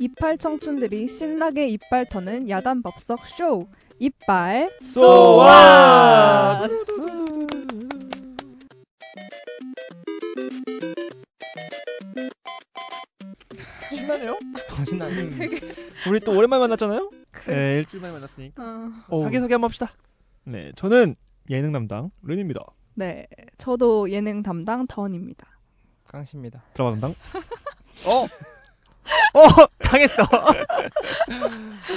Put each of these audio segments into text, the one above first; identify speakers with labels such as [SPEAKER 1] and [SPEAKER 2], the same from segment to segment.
[SPEAKER 1] 18 청춘들이 신나게 이빨 터는 야단 법석 쇼 이빨
[SPEAKER 2] 쏘아! 신나네요?
[SPEAKER 3] 더 신나는.
[SPEAKER 2] 우리 또 오랜만에 만났잖아요?
[SPEAKER 3] 네, 일주일 만에 만났으니까.
[SPEAKER 1] 어.
[SPEAKER 2] 자기소개 한번 합시다. 네, 저는 예능 담당 른입니다.
[SPEAKER 1] 네, 저도 예능 담당 던입니다.
[SPEAKER 3] 깡씨입니다.
[SPEAKER 2] 드라마 담당
[SPEAKER 3] 어! 어! 당했어!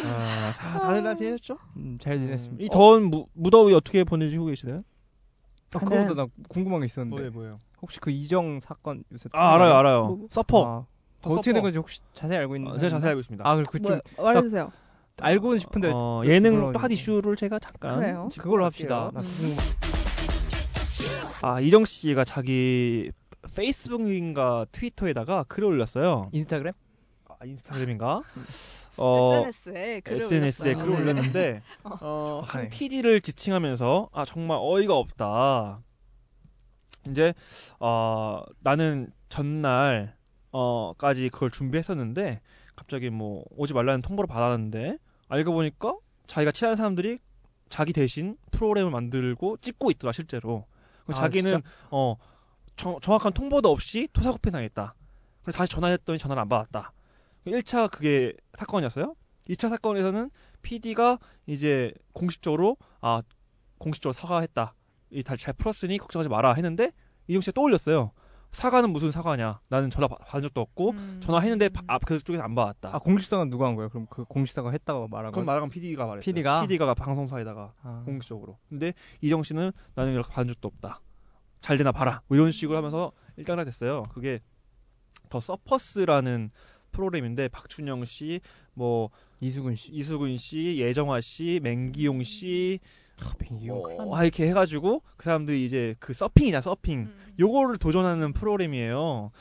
[SPEAKER 3] 아, 자, 다들 다 지내셨죠? 어.
[SPEAKER 2] 음, 잘
[SPEAKER 3] 지냈습니다.
[SPEAKER 2] 이 더운 무, 무더위 어떻게 보내시고 계시나요?
[SPEAKER 3] 아,
[SPEAKER 1] 네.
[SPEAKER 3] 그거보다 나 궁금한 게 있었는데.
[SPEAKER 2] 뭐예요?
[SPEAKER 3] 혹시 그 이정 사건 요새.
[SPEAKER 2] 아 알아요, 알아요.
[SPEAKER 1] 뭐?
[SPEAKER 2] 서퍼.
[SPEAKER 3] 음. 아, 그거 어떻게 된
[SPEAKER 2] 서퍼.
[SPEAKER 3] 건지 혹시 자세히 알고 있는
[SPEAKER 2] 어, 제가 자세히 알고 있습니다.
[SPEAKER 3] 아, 그리고 그좀
[SPEAKER 1] 뭐 말해주세요.
[SPEAKER 3] 알고는 싶은데.
[SPEAKER 2] 어, 예능
[SPEAKER 3] 놀라가지고.
[SPEAKER 2] 핫 이슈를 제가 잠깐.
[SPEAKER 1] 그래요. 음.
[SPEAKER 3] 그걸로
[SPEAKER 2] 할게요.
[SPEAKER 3] 합시다. 나 궁금해.
[SPEAKER 2] 아 이정 씨가 자기 페이스북인가 트위터에다가 글을 올렸어요.
[SPEAKER 3] 인스타그램?
[SPEAKER 2] 아, 인스타그램인가? 어,
[SPEAKER 1] SNS에
[SPEAKER 2] SNS에 글을
[SPEAKER 3] 네.
[SPEAKER 2] 올렸는데 어, 한 PD를 지칭하면서 아 정말 어이가 없다. 이제 어, 나는 전날 어까지 그걸 준비했었는데 갑자기 뭐 오지 말라는 통보를 받았는데 알고 보니까 자기가 친한 사람들이 자기 대신 프로그램을 만들고 찍고 있더라 실제로. 그리고
[SPEAKER 3] 아,
[SPEAKER 2] 자기는 어 정, 정확한 통보도 없이 토사구팽 당했다. 그래서 다시 전화했더니 전화를 안 받았다. 1차 그게 사건이었어요. 2차 사건에서는 PD가 이제 공식적으로 아 공식적으로 사과했다. 이다잘 풀었으니 걱정하지 마라 했는데 이정 씨가 또 올렸어요. 사과는 무슨 사과냐? 나는 전화 받- 받은 적도 없고
[SPEAKER 1] 음.
[SPEAKER 2] 전화했는데 바- 음. 아, 그쪽에서 안 받았다.
[SPEAKER 3] 아, 공식사가 누가 한 거야? 그럼 그 공식사가 했다고 말한 거야?
[SPEAKER 2] 그럼 말하면 PD가 말했어요.
[SPEAKER 3] PD가?
[SPEAKER 2] PD가 방송사에다가
[SPEAKER 3] 아,
[SPEAKER 2] 공식적으로. 근데 이정 씨는 나는 이렇게 받은 적도 없다. 잘 되나 봐라. 뭐 이런 식으로 하면서 일단락 됐어요. 그게 더 서퍼스라는 프로그램인데 박준영 씨, 뭐
[SPEAKER 3] 이수근 씨.
[SPEAKER 2] 이수근 씨, 예정화 씨, 맹기용 씨,
[SPEAKER 3] 이거 큰일
[SPEAKER 2] 어, 아, 이렇게 해가지고 그 사람들이 이제 그 서핑이냐 서핑
[SPEAKER 1] 음.
[SPEAKER 2] 요거를 도전하는 프로그램이에요.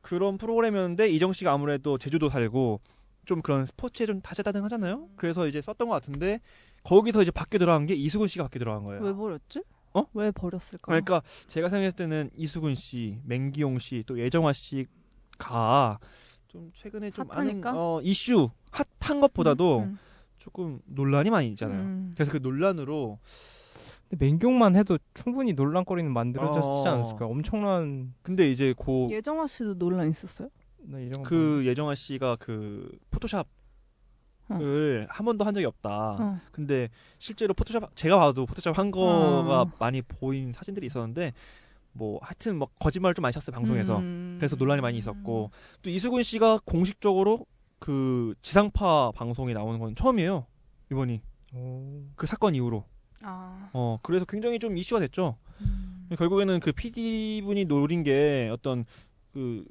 [SPEAKER 2] 그런 프로그램이었는데 이정 씨가 아무래도 제주도 살고 좀 그런 스포츠에 좀 다재다능하잖아요. 그래서 이제 썼던 것 같은데 거기서 이제 밖에 들어간 게 이수근 씨가 밖에 들어간 거예요.
[SPEAKER 1] 왜 버렸지?
[SPEAKER 2] 어?
[SPEAKER 1] 왜 버렸을까?
[SPEAKER 2] 그러니까 제가 생각했을 때는 이수근 씨, 맹기용 씨, 또 예정화 씨가 좀 최근에 좀
[SPEAKER 1] 핫하니까?
[SPEAKER 2] 많은 어, 이슈 핫한 것보다도
[SPEAKER 1] 그러니까? 음,
[SPEAKER 2] 조금 논란이 많이 있잖아요.
[SPEAKER 1] 음.
[SPEAKER 2] 그래서 그 논란으로
[SPEAKER 3] 근데 맹경만 해도 충분히 논란거리는 만들어졌지
[SPEAKER 2] 어.
[SPEAKER 3] 않았을까? 엄청난
[SPEAKER 2] 근데 이제 고
[SPEAKER 1] 예정화 씨도 논란 있었어요?
[SPEAKER 3] 나 이런 거
[SPEAKER 2] 그 예정아 씨가 그 포토샵을 한 번도 한 적이 없다.
[SPEAKER 1] 어.
[SPEAKER 2] 근데 실제로 포토샵 제가 봐도 포토샵 한 거가
[SPEAKER 1] 어.
[SPEAKER 2] 많이 보인 사진들이 있었는데 뭐 하여튼 뭐 거짓말을 좀 많이 쳤어요 방송에서.
[SPEAKER 1] 음.
[SPEAKER 2] 그래서 논란이 많이 있었고 또 이수근 씨가 공식적으로 그 지상파 방송에 나오는 건 처음이에요. 이번이
[SPEAKER 3] 오.
[SPEAKER 2] 그 사건 이후로.
[SPEAKER 1] 아.
[SPEAKER 2] 어 그래서 굉장히 좀 이슈가 됐죠.
[SPEAKER 1] 음.
[SPEAKER 2] 결국에는 그 PD 분이 노린 게 어떤 그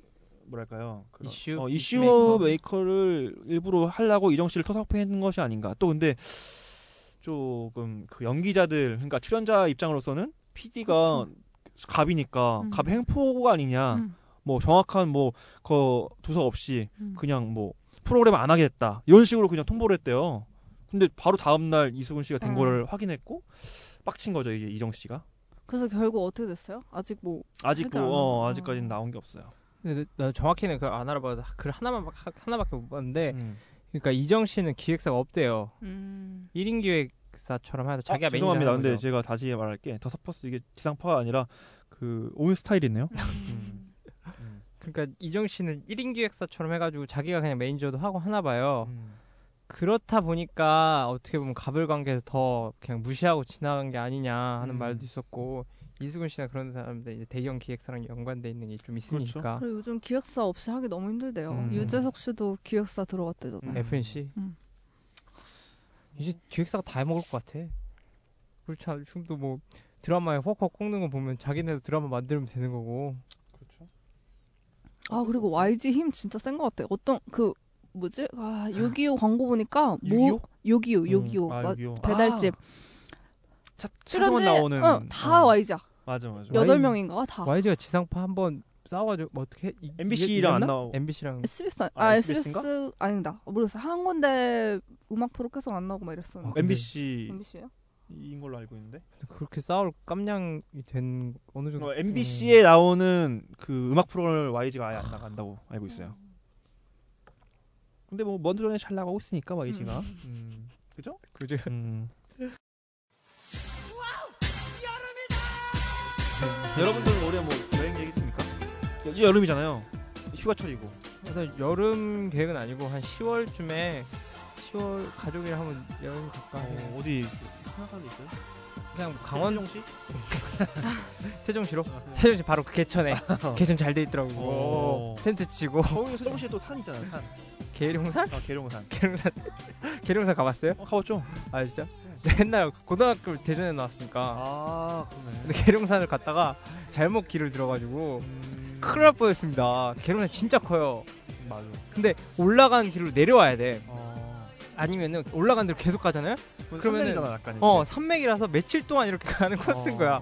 [SPEAKER 2] 뭐랄까요 그런-
[SPEAKER 3] 이슈?
[SPEAKER 2] 어,
[SPEAKER 3] 이슈
[SPEAKER 2] 이슈 메이커를 일부러 하려고 이정 씨를 토닥패는 것이 아닌가 또 근데 조금 그 연기자들 그러니까 출연자 입장으로서는 PD가 갑이니까
[SPEAKER 1] 음.
[SPEAKER 2] 갑 행포가 아니냐
[SPEAKER 1] 음,
[SPEAKER 2] 뭐 정확한 뭐그 두서 없이
[SPEAKER 1] 음.
[SPEAKER 2] 그냥 뭐 프로그램 안 하겠다 이런 식으로 그냥 통보를 했대요. 근데 바로 다음 날 이수근 씨가 된
[SPEAKER 1] 어.
[SPEAKER 2] 거를 확인했고 빡친 거죠 이제 이정 씨가
[SPEAKER 1] 그래서 결국 어떻게 됐어요? 아직 뭐
[SPEAKER 2] 아직 그,
[SPEAKER 1] 해결 안
[SPEAKER 2] 어,
[SPEAKER 1] 하나?
[SPEAKER 2] 아직까지는 나온 게 없어요.
[SPEAKER 3] 근데 나 정확히는 그안 알아봐도 글 하나만 막- 하나밖에 못 봤는데
[SPEAKER 2] 음.
[SPEAKER 3] 그러니까 이정 씨는 기획사가 없대요.
[SPEAKER 1] 음.
[SPEAKER 3] 1인 기획사처럼 하다 자기가
[SPEAKER 2] 아,
[SPEAKER 3] 매니저
[SPEAKER 2] 죄송합니다.
[SPEAKER 3] 하는
[SPEAKER 2] 근데
[SPEAKER 3] 거죠.
[SPEAKER 2] 제가 다시 말할게 더 서퍼스 이게 지상파가 아니라 그 온 스타일이네요.
[SPEAKER 1] 음.
[SPEAKER 3] 그러니까 이정 씨는 1인 기획사처럼 해가지고 자기가 그냥 매니저도 하고 하나
[SPEAKER 2] 어.
[SPEAKER 3] 봐요. 그렇다 보니까 어떻게 보면 갑을 관계에서 더 그냥 무시하고 지나간 게 아니냐 하는
[SPEAKER 2] 음.
[SPEAKER 3] 말도 있었고 이수근 씨나 그런 사람들 이제 대형 기획사랑 연관돼 있는 게 좀
[SPEAKER 2] 그렇죠.
[SPEAKER 3] 있으니까
[SPEAKER 1] 그리고 요즘 기획사 없이 하기 너무 힘들대요.
[SPEAKER 2] 음.
[SPEAKER 1] 유재석 씨도 기획사 들어갔대잖아요.
[SPEAKER 2] 음.
[SPEAKER 3] FNC
[SPEAKER 1] 음.
[SPEAKER 3] 이제 기획사가 다 해먹을 것 같아. 그렇죠. 지금도 뭐 드라마에 퍽퍽 꽂는 거 보면 자기네도 드라마 만들면 되는 거고.
[SPEAKER 2] 그렇죠.
[SPEAKER 1] 아 그리고 YG 힘 진짜 센 것 같아. 요 어떤 그 뭐지? 아 요기요 광고 보니까 뭐
[SPEAKER 2] 유기요?
[SPEAKER 1] 요기요 요기요
[SPEAKER 2] 음, 아,
[SPEAKER 1] 나-
[SPEAKER 2] 요기요.
[SPEAKER 1] 어, 배달집
[SPEAKER 2] 차, 차성원
[SPEAKER 1] 출연진
[SPEAKER 2] 나오는
[SPEAKER 1] 어, 다
[SPEAKER 2] 어,
[SPEAKER 1] YG야.
[SPEAKER 2] 맞아 맞아.
[SPEAKER 3] 여-
[SPEAKER 1] 여덟 명인가 다.
[SPEAKER 3] YG가 지상파 한번 싸워가지고 뭐 어떻게 이-
[SPEAKER 2] MBC랑 안
[SPEAKER 3] 이겼나?
[SPEAKER 2] 나오고.
[SPEAKER 3] MBC랑
[SPEAKER 1] SBS 아니-
[SPEAKER 2] 아,
[SPEAKER 1] 아
[SPEAKER 2] SBS
[SPEAKER 1] SBS
[SPEAKER 2] 인가?
[SPEAKER 1] 아니다. 모르겠어. 한 건데 음악 프로 계속 안 나오고 막
[SPEAKER 2] 아,
[SPEAKER 1] 이랬었는데.
[SPEAKER 3] 근데-
[SPEAKER 2] MBC인
[SPEAKER 1] MBC요?
[SPEAKER 2] 걸로 알고 있는데.
[SPEAKER 3] 그렇게 싸울 깜냥이 된 어느 정도
[SPEAKER 2] 어, MBC에 나오는 그 음악 프로그램을 YG가 아예 안 나간다고 알고 있어요. 근데 뭐 먼저전에 잘 나가고 있으니까 뭐 이지가.
[SPEAKER 3] 음.
[SPEAKER 2] 그죠?
[SPEAKER 3] 그죠? 음.
[SPEAKER 2] 여러분들은 올해 뭐 여행 얘기 있습니까? 이제 여름이잖아요. 휴가철이고.
[SPEAKER 3] 그래서 여름 계획은 아니고 한 10월쯤에 10월 가족이랑 한번 여행 갈까 해요.
[SPEAKER 2] 어, 어디 어, 생각하는 데 있어요?
[SPEAKER 3] 그냥 뭐 강원
[SPEAKER 2] 세종시? 아,
[SPEAKER 3] 세종시로 세종시 바로 그 개천에
[SPEAKER 2] 어.
[SPEAKER 3] 개천 잘 돼 있더라고요.
[SPEAKER 2] 오.
[SPEAKER 3] 텐트 치고
[SPEAKER 2] 서울 세종시에 또 산 있잖아요. 산.
[SPEAKER 3] 계룡산?
[SPEAKER 2] 아 계룡산.
[SPEAKER 3] 계룡산 계룡산 가봤어요?
[SPEAKER 2] 어, 가봤죠?
[SPEAKER 3] 아 진짜? 옛날 고등학교 대전에 나왔으니까
[SPEAKER 2] 아 그러네.
[SPEAKER 3] 근데 계룡산을 갔다가 잘못 길을 들어가지고
[SPEAKER 2] 음...
[SPEAKER 3] 큰일 날 뻔했습니다. 계룡산 진짜 커요.
[SPEAKER 2] 맞아.
[SPEAKER 3] 근데 올라간 길로 내려와야 돼.
[SPEAKER 2] 어.
[SPEAKER 3] 아니면은 올라간 대로 계속 가잖아요? 그러면은-
[SPEAKER 2] 그러면은 약간
[SPEAKER 3] 어 산맥이라서 며칠 동안 이렇게 가는
[SPEAKER 2] 어.
[SPEAKER 3] 코스인 거야.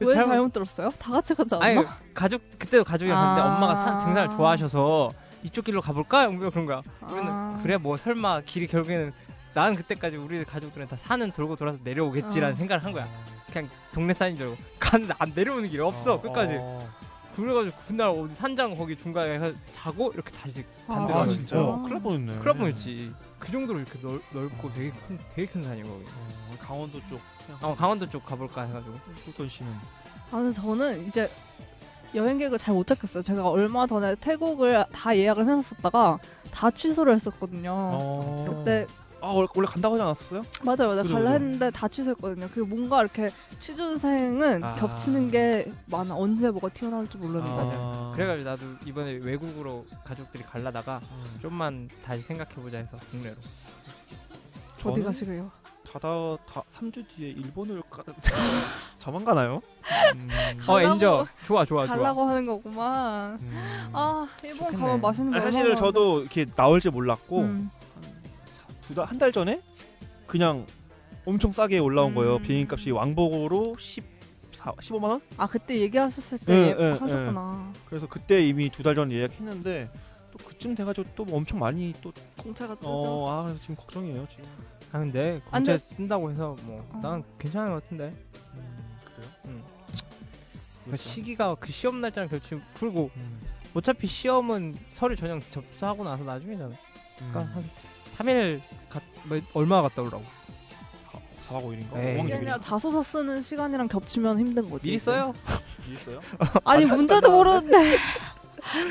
[SPEAKER 1] 왜 잘못 들었어요? 다 같이 가지 않나?
[SPEAKER 3] 그 아니 가족 그때도 가족이랑 갔는데
[SPEAKER 1] 아.
[SPEAKER 3] 엄마가 산, 등산을 좋아하셔서 이쪽 길로 가볼까? 뭐 그런 거야. 그러면
[SPEAKER 1] 아.
[SPEAKER 3] 그래 뭐 설마 길이 결국에는 난 그때까지 우리 가족들은 다 산은 돌고 돌아서 내려오겠지라는
[SPEAKER 1] 어.
[SPEAKER 3] 생각을 한 거야. 그냥 동네 산인 줄 알고 갔는데 안 내려오는 길이 없어 끝까지. 그래가지고 그날 어디 산장 거기 중간에 가서 자고 이렇게 다시 반대로
[SPEAKER 2] 아
[SPEAKER 3] 가는
[SPEAKER 2] 진짜.
[SPEAKER 3] 거야.
[SPEAKER 1] 어.
[SPEAKER 2] 큰일 날 뻔했네.
[SPEAKER 3] 그럴 뻔했지. 그 정도로 이렇게 넓, 넓고 되게 큰 되게 큰 산이야 거기.
[SPEAKER 2] 어, 강원도 쪽.
[SPEAKER 3] 어 강원도 쪽 가볼까 해가지고.
[SPEAKER 2] 어떤 씨는
[SPEAKER 1] 아, 근데 저는 이제 여행 계획을 잘 못 찾겠어요. 제가 얼마 전에 태국을 다 예약을 해놨었다가 다 취소를 했었거든요.
[SPEAKER 2] 어.
[SPEAKER 1] 그때
[SPEAKER 2] 아 원- 원래 간다고 하지 않았어요?
[SPEAKER 1] 맞아요, 맞아요.
[SPEAKER 2] 그죠,
[SPEAKER 1] 갈라
[SPEAKER 2] 그죠.
[SPEAKER 1] 했는데 다 취소했거든요. 그 뭔가 이렇게 취준생은
[SPEAKER 3] 아.
[SPEAKER 1] 겹치는 게 많아. 언제 뭐가 튀어나올지 모르니까.
[SPEAKER 3] 맞아요. 그래가지고 나도 이번에 외국으로 가족들이 갈라다가
[SPEAKER 2] 음,
[SPEAKER 3] 좀만 다시 생각해보자 해서 국내로.
[SPEAKER 1] 어디
[SPEAKER 2] 저는
[SPEAKER 1] 가시게요?
[SPEAKER 2] 다다 다 3주 뒤에 일본을 가 저만 가나요?
[SPEAKER 1] 가-
[SPEAKER 3] 어
[SPEAKER 1] 갈라고-
[SPEAKER 3] 엔저 좋아 좋아 좋아.
[SPEAKER 1] 가려고 하는 거구만.
[SPEAKER 2] 음.
[SPEAKER 1] 아, 일본
[SPEAKER 3] 좋겠네.
[SPEAKER 1] 가면 맛있는 거 얼마나
[SPEAKER 2] 아니,
[SPEAKER 1] 음,
[SPEAKER 2] 사실
[SPEAKER 1] 많은데.
[SPEAKER 2] 저도 이렇게 나올지 몰랐고
[SPEAKER 1] 음.
[SPEAKER 2] 두달한 달 전에 그냥 엄청 싸게 올라온
[SPEAKER 1] 음.
[SPEAKER 2] 거예요. 비행값이 왕복으로 14, 15만 원?
[SPEAKER 1] 아, 그때 얘기하셨을 때
[SPEAKER 2] 예,
[SPEAKER 1] 예,
[SPEAKER 2] 예,
[SPEAKER 1] 하셨구나.
[SPEAKER 2] 그래서 그때 이미 두 달 전 예약했는데 또 그쯤 돼가지고 또 엄청 많이
[SPEAKER 1] 공차가 뜨죠.
[SPEAKER 2] 또어아 그래서 지금 걱정이에요 지금.
[SPEAKER 3] 아 근데
[SPEAKER 1] 안
[SPEAKER 3] 공채
[SPEAKER 1] 돼.
[SPEAKER 3] 쓴다고 해서 뭐
[SPEAKER 1] 어.
[SPEAKER 3] 난 괜찮은 것 같은데.
[SPEAKER 2] 음, 그래요?
[SPEAKER 3] 음. 그
[SPEAKER 2] 그렇죠.
[SPEAKER 3] 시기가 그 시험 날짜랑 겹치고 그리고
[SPEAKER 2] 음.
[SPEAKER 3] 어차피 시험은 서류 전형 접수하고 나서 나중이잖아. 그러니까
[SPEAKER 2] 음.
[SPEAKER 3] 한 3일 갔, 뭐, 얼마 갔다 오라고.
[SPEAKER 2] 4박 5일인가?
[SPEAKER 1] 이게
[SPEAKER 3] 에이.
[SPEAKER 1] 아니라
[SPEAKER 2] 그러니까.
[SPEAKER 1] 자소서 쓰는 시간이랑 겹치면 힘든 거지.
[SPEAKER 3] 미리 써요.
[SPEAKER 2] 있어요?
[SPEAKER 1] 아니 문제도 모르는데.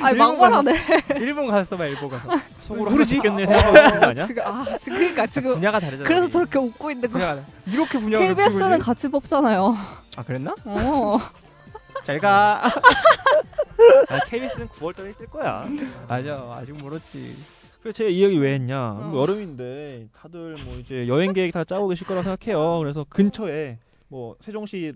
[SPEAKER 1] 아니
[SPEAKER 3] 일본
[SPEAKER 1] 막말하네.
[SPEAKER 3] 일본 가서 써봐 일본 가서.
[SPEAKER 2] 속으로 모르지 있겠네 생각하는 거 아니야?
[SPEAKER 1] 지금 아 지금 그러니까 지금
[SPEAKER 3] 분야가 다르잖아.
[SPEAKER 1] 그래서
[SPEAKER 3] 우리.
[SPEAKER 1] 저렇게 웃고 있는데 그
[SPEAKER 3] 분야가 다르- 이렇게 분야가
[SPEAKER 1] KBS는
[SPEAKER 3] 겹치고
[SPEAKER 1] 같이 뽑잖아요.
[SPEAKER 3] 있지? 아 그랬나?
[SPEAKER 1] 어.
[SPEAKER 3] 잘 가.
[SPEAKER 2] 아, KBS는 9월달에 뜰 거야.
[SPEAKER 3] 맞아 아직 모르지.
[SPEAKER 2] 그래서 제가 이 얘기 왜
[SPEAKER 1] 어.
[SPEAKER 2] 했냐? 뭐 여름인데 다들 뭐 이제 여행 계획 다 짜고 계실 거라고 생각해요. 그래서 근처에 뭐 세종시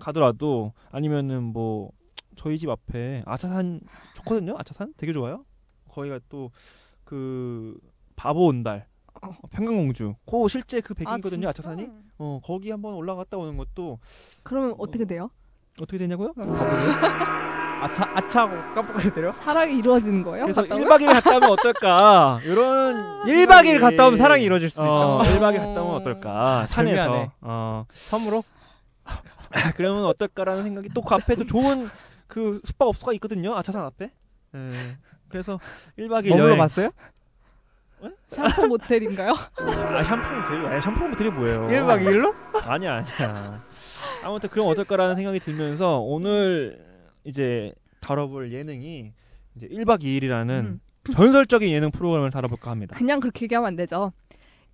[SPEAKER 2] 가더라도 아니면은 뭐 저희 집 앞에 아차산 좋거든요. 아차산 되게 좋아요. 거기가 또 그 바보 온달
[SPEAKER 1] 어.
[SPEAKER 2] 평강공주 그 실제 그 백이거든요
[SPEAKER 1] 아,
[SPEAKER 2] 아, 차산이
[SPEAKER 1] 진짜?
[SPEAKER 2] 어 거기 한번 올라갔다 오는 것도
[SPEAKER 1] 그러면 어떻게 돼요?
[SPEAKER 2] 어떻게 되냐고요?
[SPEAKER 3] 아차 아차하고 깜빡하게 때려.
[SPEAKER 1] 사랑이 이루어지는 거예요?
[SPEAKER 2] 그래서
[SPEAKER 1] 갔다 오면? 아.
[SPEAKER 2] 1박 2일 갔다 오면 어떨까? 이런
[SPEAKER 3] 1박 2일 갔다
[SPEAKER 1] 예.
[SPEAKER 3] 오면 사랑이 이루어질 수도
[SPEAKER 2] 어,
[SPEAKER 3] 있어.
[SPEAKER 2] 1박에 갔다 오면 어떨까? 산에서.
[SPEAKER 3] 절묘하네.
[SPEAKER 2] 어.
[SPEAKER 3] 섬으로?
[SPEAKER 2] 그러면 어떨까라는 생각이 또 그 앞에도 좋은 그 숙박업소가 있거든요. 아차산 앞에.
[SPEAKER 3] 네.
[SPEAKER 2] 예. 그래서 1박 2일
[SPEAKER 3] 음. 머물러
[SPEAKER 2] 여행.
[SPEAKER 3] 봤어요?
[SPEAKER 1] 샴푸 모텔인가요?
[SPEAKER 2] 아, 샴푸 모텔이 아니, 샴푸 모텔이 뭐예요?
[SPEAKER 3] 1박 2일로?
[SPEAKER 2] 아니야, 아니야. 아무튼 그럼 어떨까라는 생각이 들면서 오늘 이제 다뤄볼 예능이 이제 1박 2일이라는
[SPEAKER 1] 음.
[SPEAKER 2] 전설적인 예능 프로그램을 다뤄볼까 합니다.
[SPEAKER 1] 그냥 그렇게 얘기하면 안 되죠.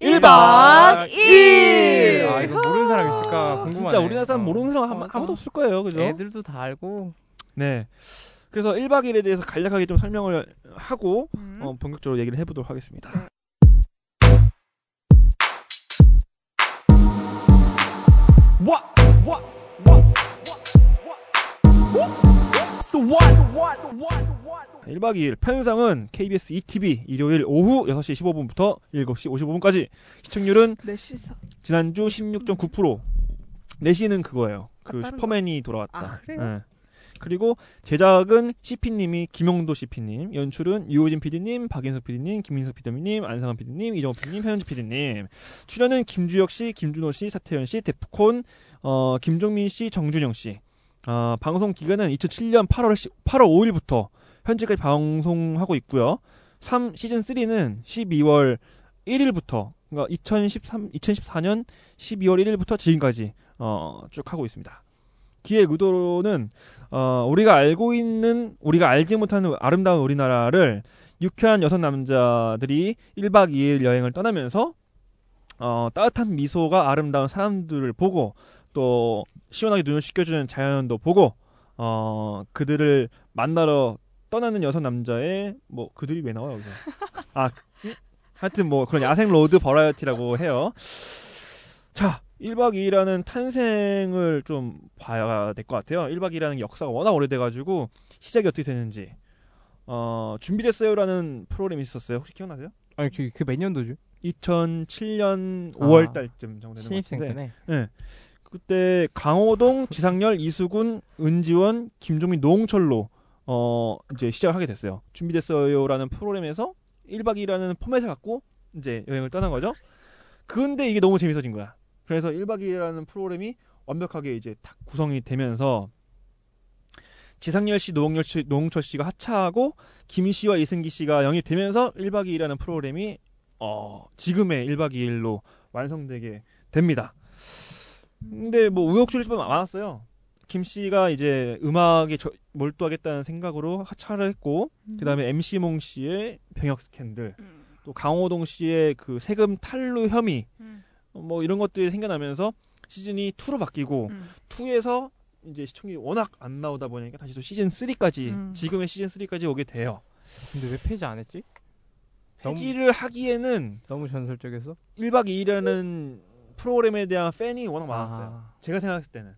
[SPEAKER 2] 일박 이일!
[SPEAKER 3] 아 이거 모르는 사람 있을까 궁금하네.
[SPEAKER 2] 진짜 우리나라 사람
[SPEAKER 3] 어.
[SPEAKER 2] 모르는 사람 아마-
[SPEAKER 3] 맞아.
[SPEAKER 2] 아무도 없을 거예요. 그죠?
[SPEAKER 3] 애들도 다 알고
[SPEAKER 2] 네. 그래서 1박 2일에 대해서 간략하게 좀 설명을 하고
[SPEAKER 1] 음.
[SPEAKER 2] 어, 본격적으로 얘기를 해보도록 하겠습니다. 와! 와! 와! 와! 와! So what? 1박 2일 편성은 KBS ETV 일요일 오후 6시 15분부터 7시 55분까지 시청률은
[SPEAKER 1] 내 네, 시사.
[SPEAKER 2] 지난주 16.9% 내시는 그거예요. 그
[SPEAKER 1] 아, 다른
[SPEAKER 2] 슈퍼맨이 돌아왔다.
[SPEAKER 1] 아, 그래요?
[SPEAKER 2] 예. 그리고 제작은 CP님이 김용도 CP님, 연출은 유호진 PD님, 박인석 PD님, 김민석 PD님, 안상환 PD님, 이정호 PD님, 현지 PD님. 출연은 김주혁 씨, 김준호 씨, 사태현 씨, 데프콘, 어, 김종민 씨, 정준영 씨. 어, 방송 기간은 2007년 8월 8월 5일부터 현재까지 방송하고 있고요. 3 시즌 3는 12월 1일부터 그러니까 2013 2014년 12월 1일부터 지금까지 어, 쭉 하고 있습니다. 기획 의도는 어, 우리가 알고 있는 우리가 알지 못하는 아름다운 우리나라를 유쾌한 여성 남자들이 1박 2일 여행을 떠나면서 어, 따뜻한 미소가 아름다운 사람들을 보고 또 시원하게 눈을 씻겨주는 자연도 보고 어, 그들을 만나러 떠나는 여성 남자의 뭐 그들이 왜 나와 여기서 아 그- 하여튼 뭐 그런 야생 로드 버라이어티라고 해요 자 1박 2일이라는 탄생을 좀 봐야 될 것 같아요 1박 2일이라는 역사가 워낙 오래돼가지고 시작이 어떻게 되는지 어 준비됐어요라는 프로그램이 있었어요 혹시 기억나세요?
[SPEAKER 3] 아니 그 몇 년도죠?
[SPEAKER 2] 2007년
[SPEAKER 3] 아,
[SPEAKER 2] 5월 달쯤 정도 되는
[SPEAKER 3] 신입생
[SPEAKER 2] 것 같은데
[SPEAKER 3] 때네.
[SPEAKER 2] 예. 그때 강호동, 지상열, 이수근, 은지원, 김종민, 노홍철로 어 이제 시작을 하게 됐어요. 준비됐어요라는 프로그램에서 1박 2일이라는 포맷을 갖고 이제 여행을 떠난 거죠. 근데 이게 너무 재밌어진 거야. 그래서 1박 2일이라는 프로그램이 완벽하게 이제 딱 구성이 되면서 지상열 씨, 노홍철 씨, 노홍철 씨가 하차하고 김 씨와 이승기 씨가 영입되면서 1박 2일이라는 프로그램이 어 지금의 1박 2일로 완성되게 됩니다. 근데 뭐 우여곡절이 좀 많았어요. 김 씨가 이제 음악에 저- 몰두하겠다는 생각으로 하차를 했고 그다음에 MC 몽 씨의 병역 스캔들,
[SPEAKER 1] 음.
[SPEAKER 2] 또 강호동 씨의 그 세금 탈루 혐의
[SPEAKER 1] 음.
[SPEAKER 2] 뭐 이런 것들이 생겨나면서 시즌이 2로 바뀌고
[SPEAKER 1] 음.
[SPEAKER 2] 2에서 이제 시청률이 워낙 안 나오다 보니까 다시 또 시즌 3까지
[SPEAKER 1] 음.
[SPEAKER 2] 지금의 시즌 3까지 오게 돼요.
[SPEAKER 3] 근데 왜 폐지 안 했지? 너무-
[SPEAKER 2] 회기를 하기에는
[SPEAKER 3] 너무 전설적이었어.
[SPEAKER 2] 1박 2일이라는 프로그램에 대한 팬이 워낙 많았어요.
[SPEAKER 3] 아,
[SPEAKER 2] 제가 생각했을 때는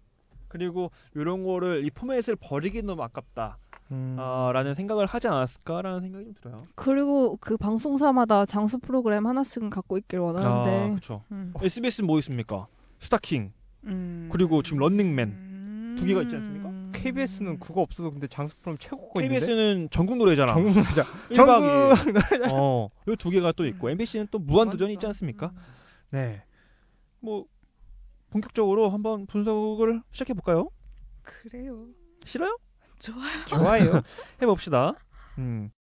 [SPEAKER 2] 그리고 이런 거를 이 포맷을 버리기 너무 아깝다라는
[SPEAKER 3] 음.
[SPEAKER 2] 생각을 하지 않았을까라는 생각이 좀 들어요.
[SPEAKER 1] 그리고 그 방송사마다 장수 프로그램 하나씩은 갖고 있길 원하는데.
[SPEAKER 2] 그렇죠.
[SPEAKER 1] 음.
[SPEAKER 2] SBS 뭐 있습니까? 스타킹
[SPEAKER 1] 음.
[SPEAKER 2] 그리고 지금 런닝맨.
[SPEAKER 1] 음.
[SPEAKER 2] 두 개가 있지 않습니까?
[SPEAKER 3] KBS는 그거 없어도 근데 장수 프롬 최고 거 있는데.
[SPEAKER 2] KBS는 전국 노래잖아.
[SPEAKER 3] 정국 맞아.
[SPEAKER 2] 1박
[SPEAKER 3] 정국
[SPEAKER 2] 그러니까. 2일. 어. 요 두 개가 또 있고 MBC는 또 무한도전이 있지 않습니까? 네. 뭐 본격적으로 한번 분석을 시작해 볼까요?
[SPEAKER 1] 그래요.
[SPEAKER 2] 싫어요?
[SPEAKER 3] 좋아요.
[SPEAKER 2] 해 봅시다. 음.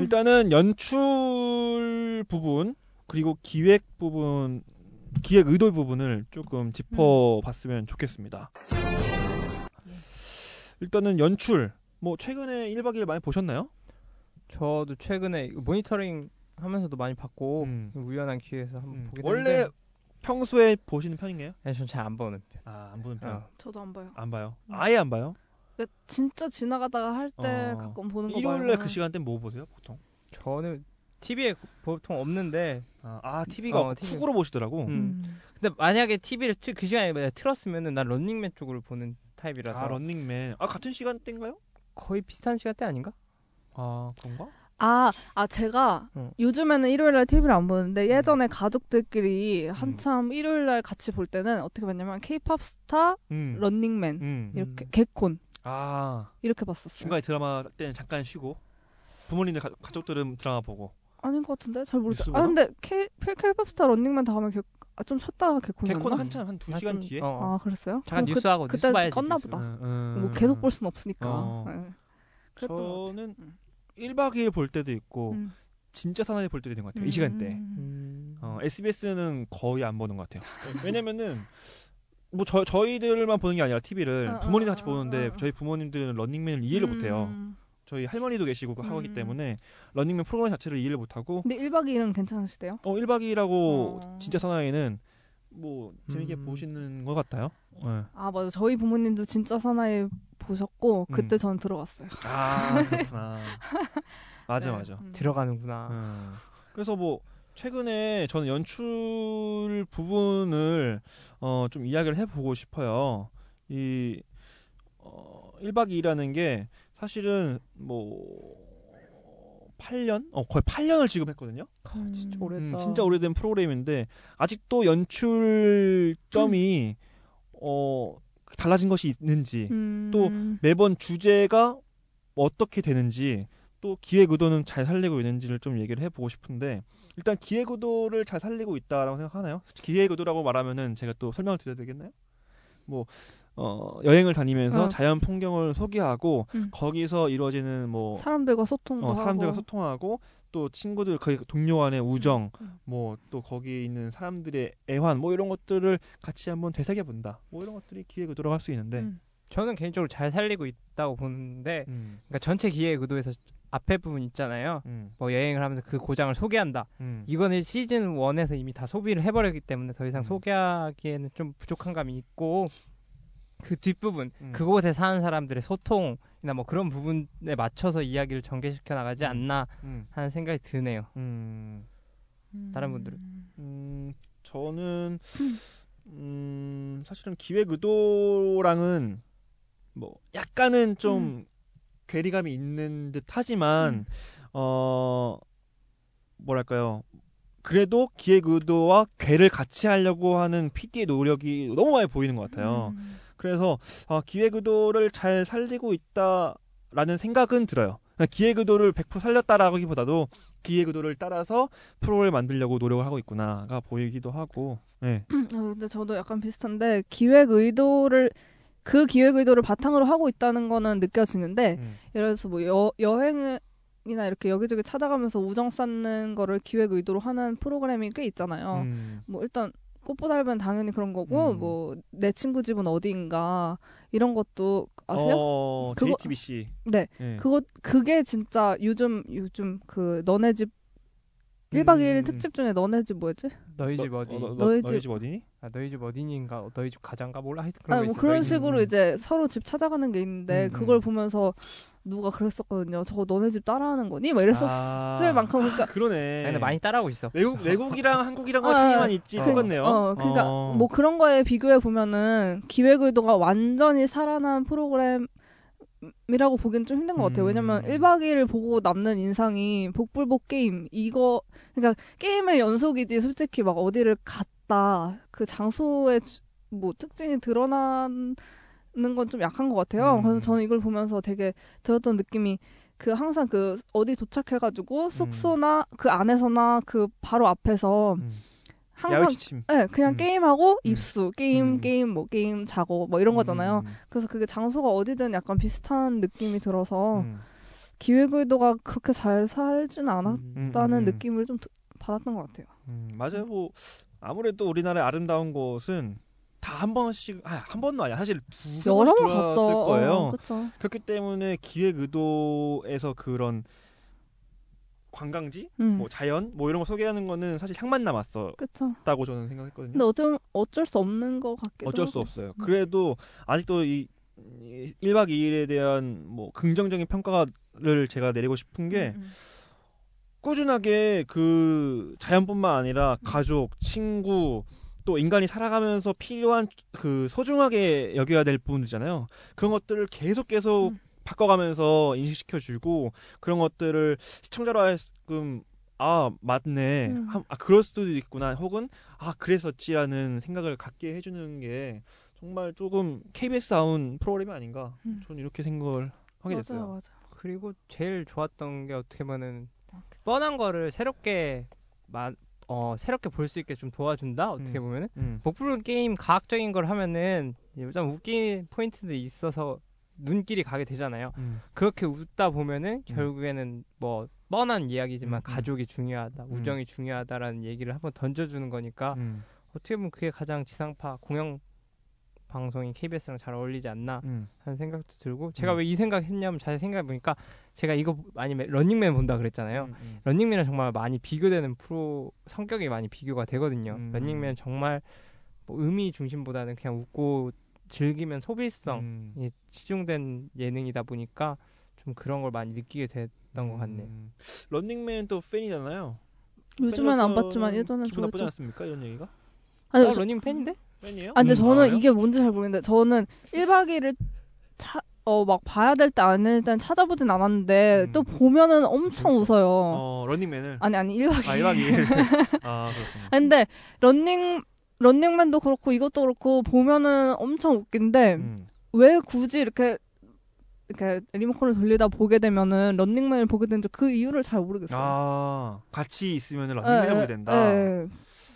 [SPEAKER 2] 일단은 연출 부분 그리고 기획 부분 기획 의도 부분을 조금 짚어봤으면 좋겠습니다.
[SPEAKER 3] 예.
[SPEAKER 2] 일단은 연출 뭐 최근에 1박 2일 많이 보셨나요?
[SPEAKER 3] 저도 최근에 모니터링 하면서도 많이 봤고
[SPEAKER 2] 음.
[SPEAKER 3] 우연한 기회에서 한번 보게
[SPEAKER 2] 원래
[SPEAKER 3] 됐는데
[SPEAKER 2] 평소에 보시는 편인가요?
[SPEAKER 3] 아니, 저는 잘 안 보는 편.
[SPEAKER 2] 아, 안 보는
[SPEAKER 3] 어.
[SPEAKER 1] 저도 안 봐요.
[SPEAKER 2] 안 봐요.
[SPEAKER 1] 음.
[SPEAKER 2] 아예 안 봐요.
[SPEAKER 1] 그 진짜 지나가다가 할 때
[SPEAKER 2] 어.
[SPEAKER 1] 가끔 보는 거 말고.
[SPEAKER 2] 일요일에 그 시간대 뭐 보세요, 보통?
[SPEAKER 3] 저는 TV에 보통 없는데
[SPEAKER 2] 아, TV가
[SPEAKER 3] 어,
[SPEAKER 2] 어,
[SPEAKER 3] TV.
[SPEAKER 2] 훅으로 보시더라고.
[SPEAKER 3] 음. 근데 만약에 TV를 그 시간에 내가 틀었으면은 난 런닝맨 쪽을 보는 타입이라서
[SPEAKER 2] 아, 런닝맨. 아, 같은 시간대인가요?
[SPEAKER 3] 거의 비슷한 시간대 아닌가?
[SPEAKER 2] 아, 그런가?
[SPEAKER 1] 아, 아 제가
[SPEAKER 2] 어.
[SPEAKER 3] 응.
[SPEAKER 1] 요즘에는 일요일날 TV를 안
[SPEAKER 2] 음.
[SPEAKER 1] 보는데 예전에 가족들끼리 한참 일요일날 같이 볼 때는 어떻게 봤냐면 케이팝 스타,
[SPEAKER 2] 음.
[SPEAKER 1] 런닝맨
[SPEAKER 2] 음.
[SPEAKER 1] 이렇게 개콘
[SPEAKER 2] 아,
[SPEAKER 1] 이렇게 봤었어요.
[SPEAKER 2] 중간에 드라마 때는 잠깐 쉬고 부모님들 가, 가족들은 드라마 보고
[SPEAKER 1] 아닌 것 같은데 잘 모르겠어요.
[SPEAKER 2] 뉴스보다?
[SPEAKER 1] 아 근데 케- 케- 케이팝 스타, 런닝맨 다음에 개, 아, 좀 쉬었다가 개콘.
[SPEAKER 2] 개콘 한참 한 두
[SPEAKER 3] 아,
[SPEAKER 2] 시간
[SPEAKER 3] 좀-
[SPEAKER 2] 뒤에.
[SPEAKER 3] 어, 어.
[SPEAKER 1] 아 그랬어요?
[SPEAKER 3] 잠깐
[SPEAKER 1] 그럼
[SPEAKER 3] 뉴스하고
[SPEAKER 1] 그,
[SPEAKER 3] 뉴스
[SPEAKER 1] 그때
[SPEAKER 3] 봐야지.
[SPEAKER 1] 끝나
[SPEAKER 3] 뉴스.
[SPEAKER 1] 보다.
[SPEAKER 2] 음,
[SPEAKER 1] 뭐
[SPEAKER 2] 음.
[SPEAKER 1] 계속 볼 순 없으니까.
[SPEAKER 2] 어.
[SPEAKER 1] 네. 그랬던 것 같아요.
[SPEAKER 2] 저는
[SPEAKER 1] 음.
[SPEAKER 2] 1박 2일 볼 때도 있고
[SPEAKER 1] 음.
[SPEAKER 2] 진짜 사나이 볼 때도 있는 것 같아요.
[SPEAKER 1] 음.
[SPEAKER 2] 이 시간대.
[SPEAKER 3] 음.
[SPEAKER 2] 어, SBS는 거의 안 보는 것 같아요. 네, 왜냐면은 뭐 저, 저희들만 보는 게 아니라 TV를
[SPEAKER 1] 어,
[SPEAKER 2] 부모님 들 같이
[SPEAKER 1] 어, 어,
[SPEAKER 2] 보는데
[SPEAKER 1] 어, 어.
[SPEAKER 2] 저희 부모님들은 런닝맨을 이해를 못 해요.
[SPEAKER 1] 음.
[SPEAKER 2] 저희 할머니도 계시고 그 하기
[SPEAKER 1] 음.
[SPEAKER 2] 때문에 런닝맨 프로그램 자체를 이해를 못 하고
[SPEAKER 1] 근데 1박 2일은 괜찮으시대요?
[SPEAKER 2] 어 1박 2일하고
[SPEAKER 1] 어.
[SPEAKER 2] 진짜 사나이는 뭐 재밌게
[SPEAKER 3] 음.
[SPEAKER 2] 보시는 것 같아요. 네.
[SPEAKER 1] 아 맞아 저희 부모님도 진짜 사나이 보셨고
[SPEAKER 2] 음.
[SPEAKER 1] 그때 전 들어갔어요.
[SPEAKER 2] 아 그렇구나. 맞아
[SPEAKER 1] 네.
[SPEAKER 2] 맞아.
[SPEAKER 1] 음.
[SPEAKER 3] 들어가는구나.
[SPEAKER 2] 음. 그래서 뭐 최근에 저는 연출 부분을 어, 좀 이야기를 해보고 싶어요. 이 어, 1박 2일이라는 게 사실은 뭐 8년? 어, 거의 8년을 지금 했거든요.
[SPEAKER 1] 음.
[SPEAKER 3] 진짜 오래-
[SPEAKER 2] 음,
[SPEAKER 3] 됐다.
[SPEAKER 2] 진짜 오래된 프로그램인데 아직도 연출점이 어, 달라진 것이 있는지
[SPEAKER 1] 음.
[SPEAKER 2] 또 매번 주제가 어떻게 되는지 또 기획 의도는 잘 살리고 있는지를 좀 얘기를 해보고 싶은데 일단 기회구도를 잘 살리고 있다라고 생각하나요? 기회구도라고 말하면은 제가 또 설명을 드려야 되겠나요? 뭐 어, 여행을 다니면서
[SPEAKER 1] 어.
[SPEAKER 2] 자연 풍경을 소개하고
[SPEAKER 1] 음.
[SPEAKER 2] 거기서 이루어지는 뭐
[SPEAKER 1] 사람들과 소통도
[SPEAKER 2] 어, 사람들과
[SPEAKER 1] 하고.
[SPEAKER 2] 소통하고 또 친구들 거기 동료 간의 우정
[SPEAKER 1] 음.
[SPEAKER 2] 뭐 또 거기 있는 사람들의 애환 뭐 이런 것들을 같이 한번 되새겨 본다 뭐 이런 것들이 기회구도라고 할 수 있는데
[SPEAKER 1] 음.
[SPEAKER 3] 저는 개인적으로 잘 살리고 있다고 보는데
[SPEAKER 2] 음,
[SPEAKER 3] 그러니까 전체 기획 의도에서 앞에 부분 있잖아요.
[SPEAKER 2] 음,
[SPEAKER 3] 뭐 여행을 하면서 그 고장을 소개한다.
[SPEAKER 2] 음.
[SPEAKER 3] 이거는 시즌 1에서 이미 다 소비를 해버렸기 때문에 더 이상
[SPEAKER 2] 음.
[SPEAKER 3] 소개하기에는 좀 부족한 감이 있고 그 뒷부분
[SPEAKER 2] 음.
[SPEAKER 3] 그곳에 사는 사람들의 소통이나 뭐 그런 부분에 맞춰서 이야기를 전개시켜 나가지
[SPEAKER 2] 음.
[SPEAKER 3] 않나
[SPEAKER 2] 음,
[SPEAKER 3] 하는 생각이 드네요.
[SPEAKER 2] 음.
[SPEAKER 3] 다른 분들은.
[SPEAKER 2] 음, 저는 음, 사실은 기획 의도랑은 뭐 약간은 좀
[SPEAKER 1] 음.
[SPEAKER 2] 괴리감이 있는 듯 하지만 어 뭐랄까요? 그래도 기획 의도와 괴를 같이 하려고 하는 PD의 노력이 너무 많이 보이는 것 같아요.
[SPEAKER 1] 음.
[SPEAKER 2] 그래서 아, 기획 의도를 잘 살리고 있다라는 생각은 들어요. 그러니까 기획 의도를 100% 살렸다라기보다도 기획 의도를 따라서 프로를 만들려고 노력을 하고 있구나가 보이기도 하고. 네.
[SPEAKER 1] 어, 근데 저도 약간 비슷한데 기획 의도를 그 기획 의도를 바탕으로 하고 있다는 거는 느껴지는데
[SPEAKER 2] 음.
[SPEAKER 1] 예를 들어서 뭐 여, 여행이나 이렇게 여기저기 찾아가면서 우정 쌓는 거를 기획 의도로 하는 프로그램이 꽤 있잖아요.
[SPEAKER 2] 음.
[SPEAKER 1] 뭐 일단 꽃보다 할배는 당연히 그런 거고
[SPEAKER 2] 음.
[SPEAKER 1] 뭐 내 친구 집은 어디인가 이런 것도 아세요?
[SPEAKER 2] 어,
[SPEAKER 1] 그거-
[SPEAKER 2] JTBC.
[SPEAKER 1] 네.
[SPEAKER 2] 네.
[SPEAKER 1] 그거 그게 진짜 요즘 요즘 그 너네 집 1박 2일
[SPEAKER 2] 음.
[SPEAKER 1] 특집 중에 너네 집 뭐였지?
[SPEAKER 3] 너희
[SPEAKER 2] 너-
[SPEAKER 3] 집 어디?
[SPEAKER 2] 어, 너, 너,
[SPEAKER 1] 너의
[SPEAKER 2] 너의 집,
[SPEAKER 1] 집-
[SPEAKER 2] 어디니?
[SPEAKER 3] 아, 너희 집 어디인가? 너희 집 가장가 몰라 하여튼 그런
[SPEAKER 1] 아,
[SPEAKER 3] 거
[SPEAKER 1] 뭐
[SPEAKER 3] 있어.
[SPEAKER 1] 그런
[SPEAKER 3] 너희 집-
[SPEAKER 1] 식으로
[SPEAKER 2] 음.
[SPEAKER 1] 이제 서로 집 찾아가는 게 있는데
[SPEAKER 2] 음,
[SPEAKER 1] 그걸
[SPEAKER 2] 음.
[SPEAKER 1] 보면서 누가 그랬었거든요. 저거 너네 집 따라하는 거니? 막 이랬었을
[SPEAKER 2] 아,
[SPEAKER 1] 만큼 그러니까
[SPEAKER 2] 그러네. 네.
[SPEAKER 3] 아, 근데 많이 따라하고 있어.
[SPEAKER 2] 외국 외국이랑 한국이랑은
[SPEAKER 1] 아,
[SPEAKER 2] 차이만 있지
[SPEAKER 3] 어.
[SPEAKER 2] 그렇네요.
[SPEAKER 1] 어, 그러니까
[SPEAKER 2] 어.
[SPEAKER 1] 뭐 그런 거에 비교해 보면은 기획 의도가 완전히 살아난 프로그램이라고 보기엔 좀 힘든 것 같아요.
[SPEAKER 2] 음.
[SPEAKER 1] 왜냐면 1박 2일을 보고 남는 인상이 복불복 게임 이거 그러니까 게임의 연속이지 솔직히 막 어디를 갔다 그 장소의 주- 뭐 특징이 드러나는 건 좀 약한 것 같아요.
[SPEAKER 2] 음.
[SPEAKER 1] 그래서 저는 이걸 보면서 되게 들었던 느낌이 그 항상 그 어디
[SPEAKER 2] 음.
[SPEAKER 1] 도착해가지고 숙소나 그 안에서나 그 바로 앞에서
[SPEAKER 2] 음.
[SPEAKER 1] 항상
[SPEAKER 2] 야외지침
[SPEAKER 1] 네, 그냥
[SPEAKER 2] 음.
[SPEAKER 1] 게임하고 입수, 게임,
[SPEAKER 2] 음.
[SPEAKER 1] 게임, 뭐 게임 자고 뭐 이런 거잖아요.
[SPEAKER 2] 음.
[SPEAKER 1] 그래서 그게 장소가 어디든 약간 비슷한 느낌이 들어서
[SPEAKER 2] 음.
[SPEAKER 1] 기획 의도가 그렇게 잘 살진
[SPEAKER 2] 음,
[SPEAKER 1] 않았다는
[SPEAKER 2] 음, 음.
[SPEAKER 1] 느낌을 좀 드- 받았던 것 같아요.
[SPEAKER 2] 음, 맞아요. 뭐 아무래도 우리나라의 아름다운 곳은 다 한 번씩 아, 한 번도 아니야. 사실 두세
[SPEAKER 1] 여러
[SPEAKER 2] 번씩
[SPEAKER 1] 번
[SPEAKER 2] 돌아왔을
[SPEAKER 1] 갔죠.
[SPEAKER 2] 거예요.
[SPEAKER 1] 어, 그렇죠.
[SPEAKER 2] 그렇기 때문에 기획 의도에서 그런 관광지,
[SPEAKER 1] 음,
[SPEAKER 2] 뭐 자연, 뭐 이런 거 소개하는 거는 사실 향만 남았었다고
[SPEAKER 1] 그렇죠.
[SPEAKER 2] 저는 생각했거든요.
[SPEAKER 1] 근데 어쩔 어쩔 수 없는 것 같기도.
[SPEAKER 2] 음. 어쩔
[SPEAKER 1] 하고.
[SPEAKER 2] 수 없어요. 그래도 아직도 이 1박 2일에 대한 뭐 긍정적인 평가를 제가 내리고 싶은 게
[SPEAKER 1] 음, 음.
[SPEAKER 2] 꾸준하게 그 자연뿐만 아니라 가족, 친구 또 인간이 살아가면서 필요한 그 소중하게 여겨야 될 부분이잖아요. 그런 것들을 계속 계속
[SPEAKER 1] 음.
[SPEAKER 2] 바꿔가면서 인식시켜주고 그런 것들을 시청자로 하여금 아 맞네,
[SPEAKER 1] 음.
[SPEAKER 2] 함- 아 그럴 수도 있구나, 혹은 아 그랬었지라는 생각을 갖게 해주는 게 정말 조금 KBS다운 프로그램이 아닌가.
[SPEAKER 1] 음.
[SPEAKER 2] 저는 이렇게 생각을 하게 됐어요.
[SPEAKER 1] 맞아요, 맞아요.
[SPEAKER 3] 그리고 제일 좋았던 게 어떻게 보면은
[SPEAKER 1] 아, 그
[SPEAKER 3] 뻔한 거를 새롭게 마, 어 새롭게 볼 수 있게 좀 도와준다 어떻게
[SPEAKER 2] 음.
[SPEAKER 3] 보면은
[SPEAKER 2] 음.
[SPEAKER 3] 복불 게임 과학적인 걸 하면은 좀 웃긴 포인트도 있어서 눈길이 가게 되잖아요
[SPEAKER 2] 음.
[SPEAKER 3] 그렇게 웃다 보면은 결국에는 뭐 뻔한
[SPEAKER 2] 음,
[SPEAKER 3] 이야기지만
[SPEAKER 2] 음.
[SPEAKER 3] 가족이 중요하다 우정이 중요하다라는 얘기를 한번 던져주는 거니까
[SPEAKER 2] 음.
[SPEAKER 3] 어떻게 보면 그게 가장 지상파 공영 방송인 KBS랑 잘 어울리지 않나
[SPEAKER 2] 음.
[SPEAKER 3] 하는 생각도 들고 제가
[SPEAKER 2] 음.
[SPEAKER 3] 왜 이 생각 했냐면 잘 생각해 보니까 제가 이거 많이 매- 런닝맨 본다 그랬잖아요.
[SPEAKER 2] 음, 음.
[SPEAKER 3] 런닝맨은 정말 많이 비교되는 프로 성격이 많이 비교가 되거든요.
[SPEAKER 2] 음.
[SPEAKER 3] 런닝맨 정말 뭐 의미 중심보다는 그냥 웃고 즐기면 소비성
[SPEAKER 2] 음.
[SPEAKER 3] 이 치중된 예능이다 보니까 좀 그런 걸 많이 느끼게 됐던 것 같네요.
[SPEAKER 2] 음. 런닝맨 또 팬이잖아요.
[SPEAKER 1] 요즘엔 안
[SPEAKER 2] 팬으로서는
[SPEAKER 1] 봤지만 예전엔
[SPEAKER 2] 기분 나쁘지
[SPEAKER 1] 좋았죠.
[SPEAKER 2] 않습니까? 이런 얘기가?
[SPEAKER 1] 아니,
[SPEAKER 3] 아,
[SPEAKER 1] 저-
[SPEAKER 3] 런닝 팬인데?
[SPEAKER 2] 팬이에요?
[SPEAKER 1] 아, 근데
[SPEAKER 3] 음,
[SPEAKER 1] 저는
[SPEAKER 2] 알아요?
[SPEAKER 1] 이게 뭔지 잘 모르겠는데 저는 1박 2일을 차, 어, 막 봐야 될 때 아닐 일단 찾아보진 않았는데
[SPEAKER 2] 음.
[SPEAKER 1] 또 보면은 엄청
[SPEAKER 2] 그렇죠.
[SPEAKER 1] 웃어요.
[SPEAKER 2] 어, 런닝맨을.
[SPEAKER 1] 아니 아니 예. 1박 2일.
[SPEAKER 2] 아, 1박 2일. 아,
[SPEAKER 4] 음.
[SPEAKER 2] 그렇군요.
[SPEAKER 1] 근데 런닝 런닝맨도 그렇고 이것도 그렇고 보면은 엄청 웃긴데
[SPEAKER 2] 음.
[SPEAKER 1] 왜 굳이 이렇게 이렇게 리모컨을 돌리다 보게 되면은 런닝맨을 보게 되는지 그 이유를 잘 모르겠어요.
[SPEAKER 4] 아 같이 있으면 런닝맨을 보게 된다.
[SPEAKER 1] 예, 예.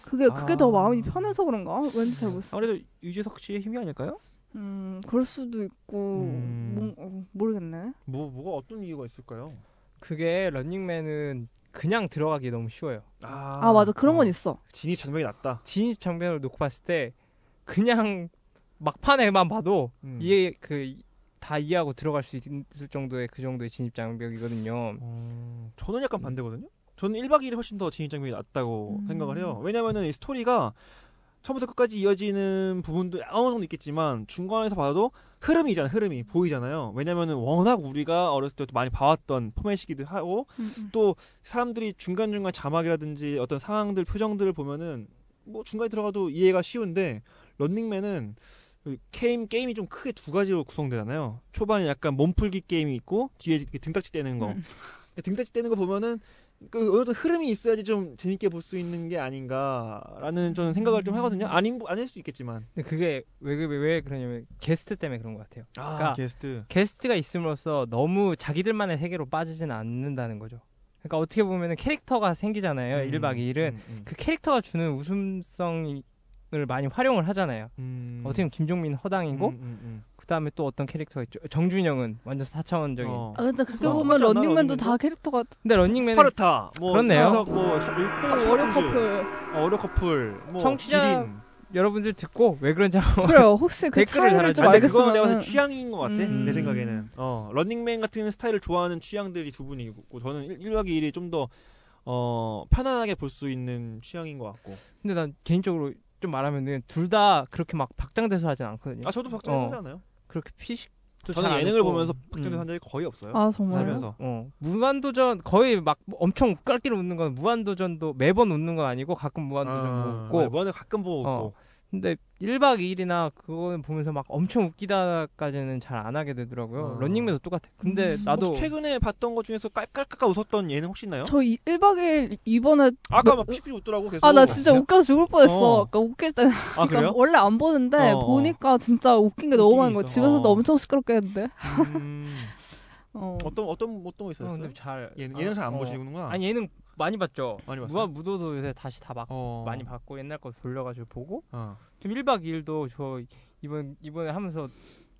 [SPEAKER 1] 그게 그게 더
[SPEAKER 4] 아. 음.
[SPEAKER 1] 마음이 편해서 그런가? 왠지 잘 모르겠어.
[SPEAKER 4] 아무래도 유재석 씨의 힘이 아닐까요?
[SPEAKER 1] 음, 그럴 수도 있고
[SPEAKER 4] 음.
[SPEAKER 1] 뭔- 어, 모르겠네.
[SPEAKER 4] 뭐 뭐가 어떤 이유가 있을까요?
[SPEAKER 3] 그게 런닝맨은 그냥 들어가기 너무 쉬워요.
[SPEAKER 4] 아,
[SPEAKER 1] 아, 맞아 그런 건
[SPEAKER 4] 어.
[SPEAKER 1] 있어.
[SPEAKER 4] 진입 장벽이 낮다.
[SPEAKER 3] 진입 장면을 놓고 봤을 때 그냥 막판에만 봐도
[SPEAKER 4] 음.
[SPEAKER 3] 이해 그 다 이해하고 들어갈 수 있- 있을 정도의 그 정도의 진입 장벽이거든요.
[SPEAKER 4] 어, 저는 약간 반대거든요. 저는 1박 2일이 훨씬 더 진입 장벽이 낮다고
[SPEAKER 1] 음.
[SPEAKER 4] 생각을 해요. 왜냐면은 이 스토리가 처음부터 끝까지 이어지는 부분도 어느 정도 있겠지만 중간에서 봐도 흐름이잖아요. 흐름이 보이잖아요. 왜냐면은 워낙 우리가 어렸을 때부터 많이 봐왔던 포맷이기도 하고
[SPEAKER 1] 음, 음.
[SPEAKER 4] 또 사람들이 중간중간 자막이라든지 어떤 상황들 표정들을 보면은 뭐 중간에 들어가도 이해가 쉬운데 런닝맨은 그 게임 게임이 좀 크게 두 가지로 구성되잖아요. 초반에 약간 몸풀기 게임이 있고 뒤에 이렇게 등딱지 떼는 거.
[SPEAKER 1] 음.
[SPEAKER 4] 근데 등딱지 떼는 거 보면은 그 어느 정도 흐름이 있어야지 좀 재밌게 볼 수 있는 게 아닌가라는 저는 생각을 좀 하거든요. 아닌 부- 아닐 수 있겠지만.
[SPEAKER 3] 근데 그게 왜, 왜, 왜 그러냐면 게스트 때문에 그런 것 같아요.
[SPEAKER 4] 아
[SPEAKER 3] 그러니까
[SPEAKER 4] 게스트.
[SPEAKER 3] 게스트가 있음으로써 너무 자기들만의 세계로 빠지진 않는다는 거죠. 그러니까 어떻게 보면 캐릭터가 생기잖아요.
[SPEAKER 4] 음,
[SPEAKER 3] 1박 2일은. 그 캐릭터가 주는 웃음성을 많이 활용을 하잖아요.
[SPEAKER 4] 음.
[SPEAKER 3] 어떻게 보면 김종민 허당이고 그다음에 또 어떤 캐릭터가 있죠. 정준영은 완전 4차원적인.
[SPEAKER 1] 아, 근데 그렇게
[SPEAKER 4] 어,
[SPEAKER 1] 보면
[SPEAKER 4] 맞지 않나,
[SPEAKER 1] 런닝맨도
[SPEAKER 4] 런닝맨도?
[SPEAKER 1] 다 캐릭터가
[SPEAKER 3] 근데 런닝맨은
[SPEAKER 4] 스파르타, 뭐
[SPEAKER 3] 그렇네요.
[SPEAKER 4] 이준석, 뭐 쇼-
[SPEAKER 1] 그
[SPEAKER 4] 쇼-
[SPEAKER 1] 월요
[SPEAKER 4] 쇼-
[SPEAKER 1] 커플.
[SPEAKER 4] 어, 어려 커플, 뭐
[SPEAKER 3] 청취자
[SPEAKER 4] 기린.
[SPEAKER 3] 여러분들 듣고 왜 그런지
[SPEAKER 1] 그래요. 혹시 그
[SPEAKER 3] 댓글을
[SPEAKER 1] 차이를
[SPEAKER 3] 달아주-
[SPEAKER 1] 좀
[SPEAKER 4] 아니, 근데 그건
[SPEAKER 1] 알겠으면
[SPEAKER 4] 내가 봤을 때 취향인 것 같아
[SPEAKER 1] 음.
[SPEAKER 4] 내 생각에는 어 런닝맨 같은 스타일을 좋아하는 취향들이 두 분이고 저는 1박 2일이 좀 더 어, 편안하게 볼 수 있는 취향인 것 같고
[SPEAKER 3] 근데 난 개인적으로 좀 말하면은 둘 다 그렇게 막 박장대소 하진 않거든요.
[SPEAKER 4] 아 저도 박정희
[SPEAKER 3] 어.
[SPEAKER 4] 하지 않아요
[SPEAKER 3] 그렇게 피식도
[SPEAKER 4] 저는
[SPEAKER 3] 잘안
[SPEAKER 4] 예능을
[SPEAKER 3] 했고.
[SPEAKER 4] 보면서 박정희
[SPEAKER 3] 음.
[SPEAKER 4] 한 적이 거의 없어요
[SPEAKER 1] 아 정말요?
[SPEAKER 4] 살면서
[SPEAKER 3] 어 무한도전 거의 막 엄청 깔끼리 웃는 건 무한도전도 매번 웃는 건 아니고 가끔 무한도전 도 웃고
[SPEAKER 4] 아, 이번에 가끔 보고
[SPEAKER 3] 어.
[SPEAKER 4] 웃고
[SPEAKER 3] 근데 1박 2일이나 그거는 보면서 막 엄청 웃기다까지는 잘 안 하게 되더라고요.
[SPEAKER 4] 아.
[SPEAKER 3] 런닝맨도 똑같아. 근데
[SPEAKER 1] 음.
[SPEAKER 3] 나도
[SPEAKER 4] 혹시 최근에 봤던 것 중에서 깔깔깔깔 웃었던 예능 혹시 있나요?
[SPEAKER 1] 저 이- 1박 2일 이번에
[SPEAKER 4] 아까 막 피피 웃더라고 계속
[SPEAKER 1] 아 나 진짜 웃겨 죽을 뻔했어.
[SPEAKER 4] 어.
[SPEAKER 1] 그러니까 웃길 때
[SPEAKER 4] 아 그래요?
[SPEAKER 1] 그러니까 원래 안 보는데
[SPEAKER 4] 어, 어.
[SPEAKER 1] 보니까 진짜 웃긴 게 너무
[SPEAKER 4] 웃긴
[SPEAKER 1] 많은
[SPEAKER 4] 게
[SPEAKER 1] 거야.
[SPEAKER 4] 있어.
[SPEAKER 1] 집에서도
[SPEAKER 4] 어.
[SPEAKER 1] 엄청 시끄럽게 했는데.
[SPEAKER 4] 음,
[SPEAKER 1] 어.
[SPEAKER 4] 어떤 어떤 어떤 거
[SPEAKER 3] 어,
[SPEAKER 4] 있었어요?
[SPEAKER 3] 근데 잘
[SPEAKER 4] 예능 예능 잘 안
[SPEAKER 3] 어.
[SPEAKER 4] 보시는구나
[SPEAKER 3] 아니 예능 많이 봤죠.
[SPEAKER 4] 많이 봤어요?
[SPEAKER 3] 무한 무도도 요새 다시 다막
[SPEAKER 4] 어.
[SPEAKER 3] 많이 봤고 옛날 거 돌려가지고 보고
[SPEAKER 4] 어.
[SPEAKER 3] 좀 1박 2일도 저 이번 이번에 하면서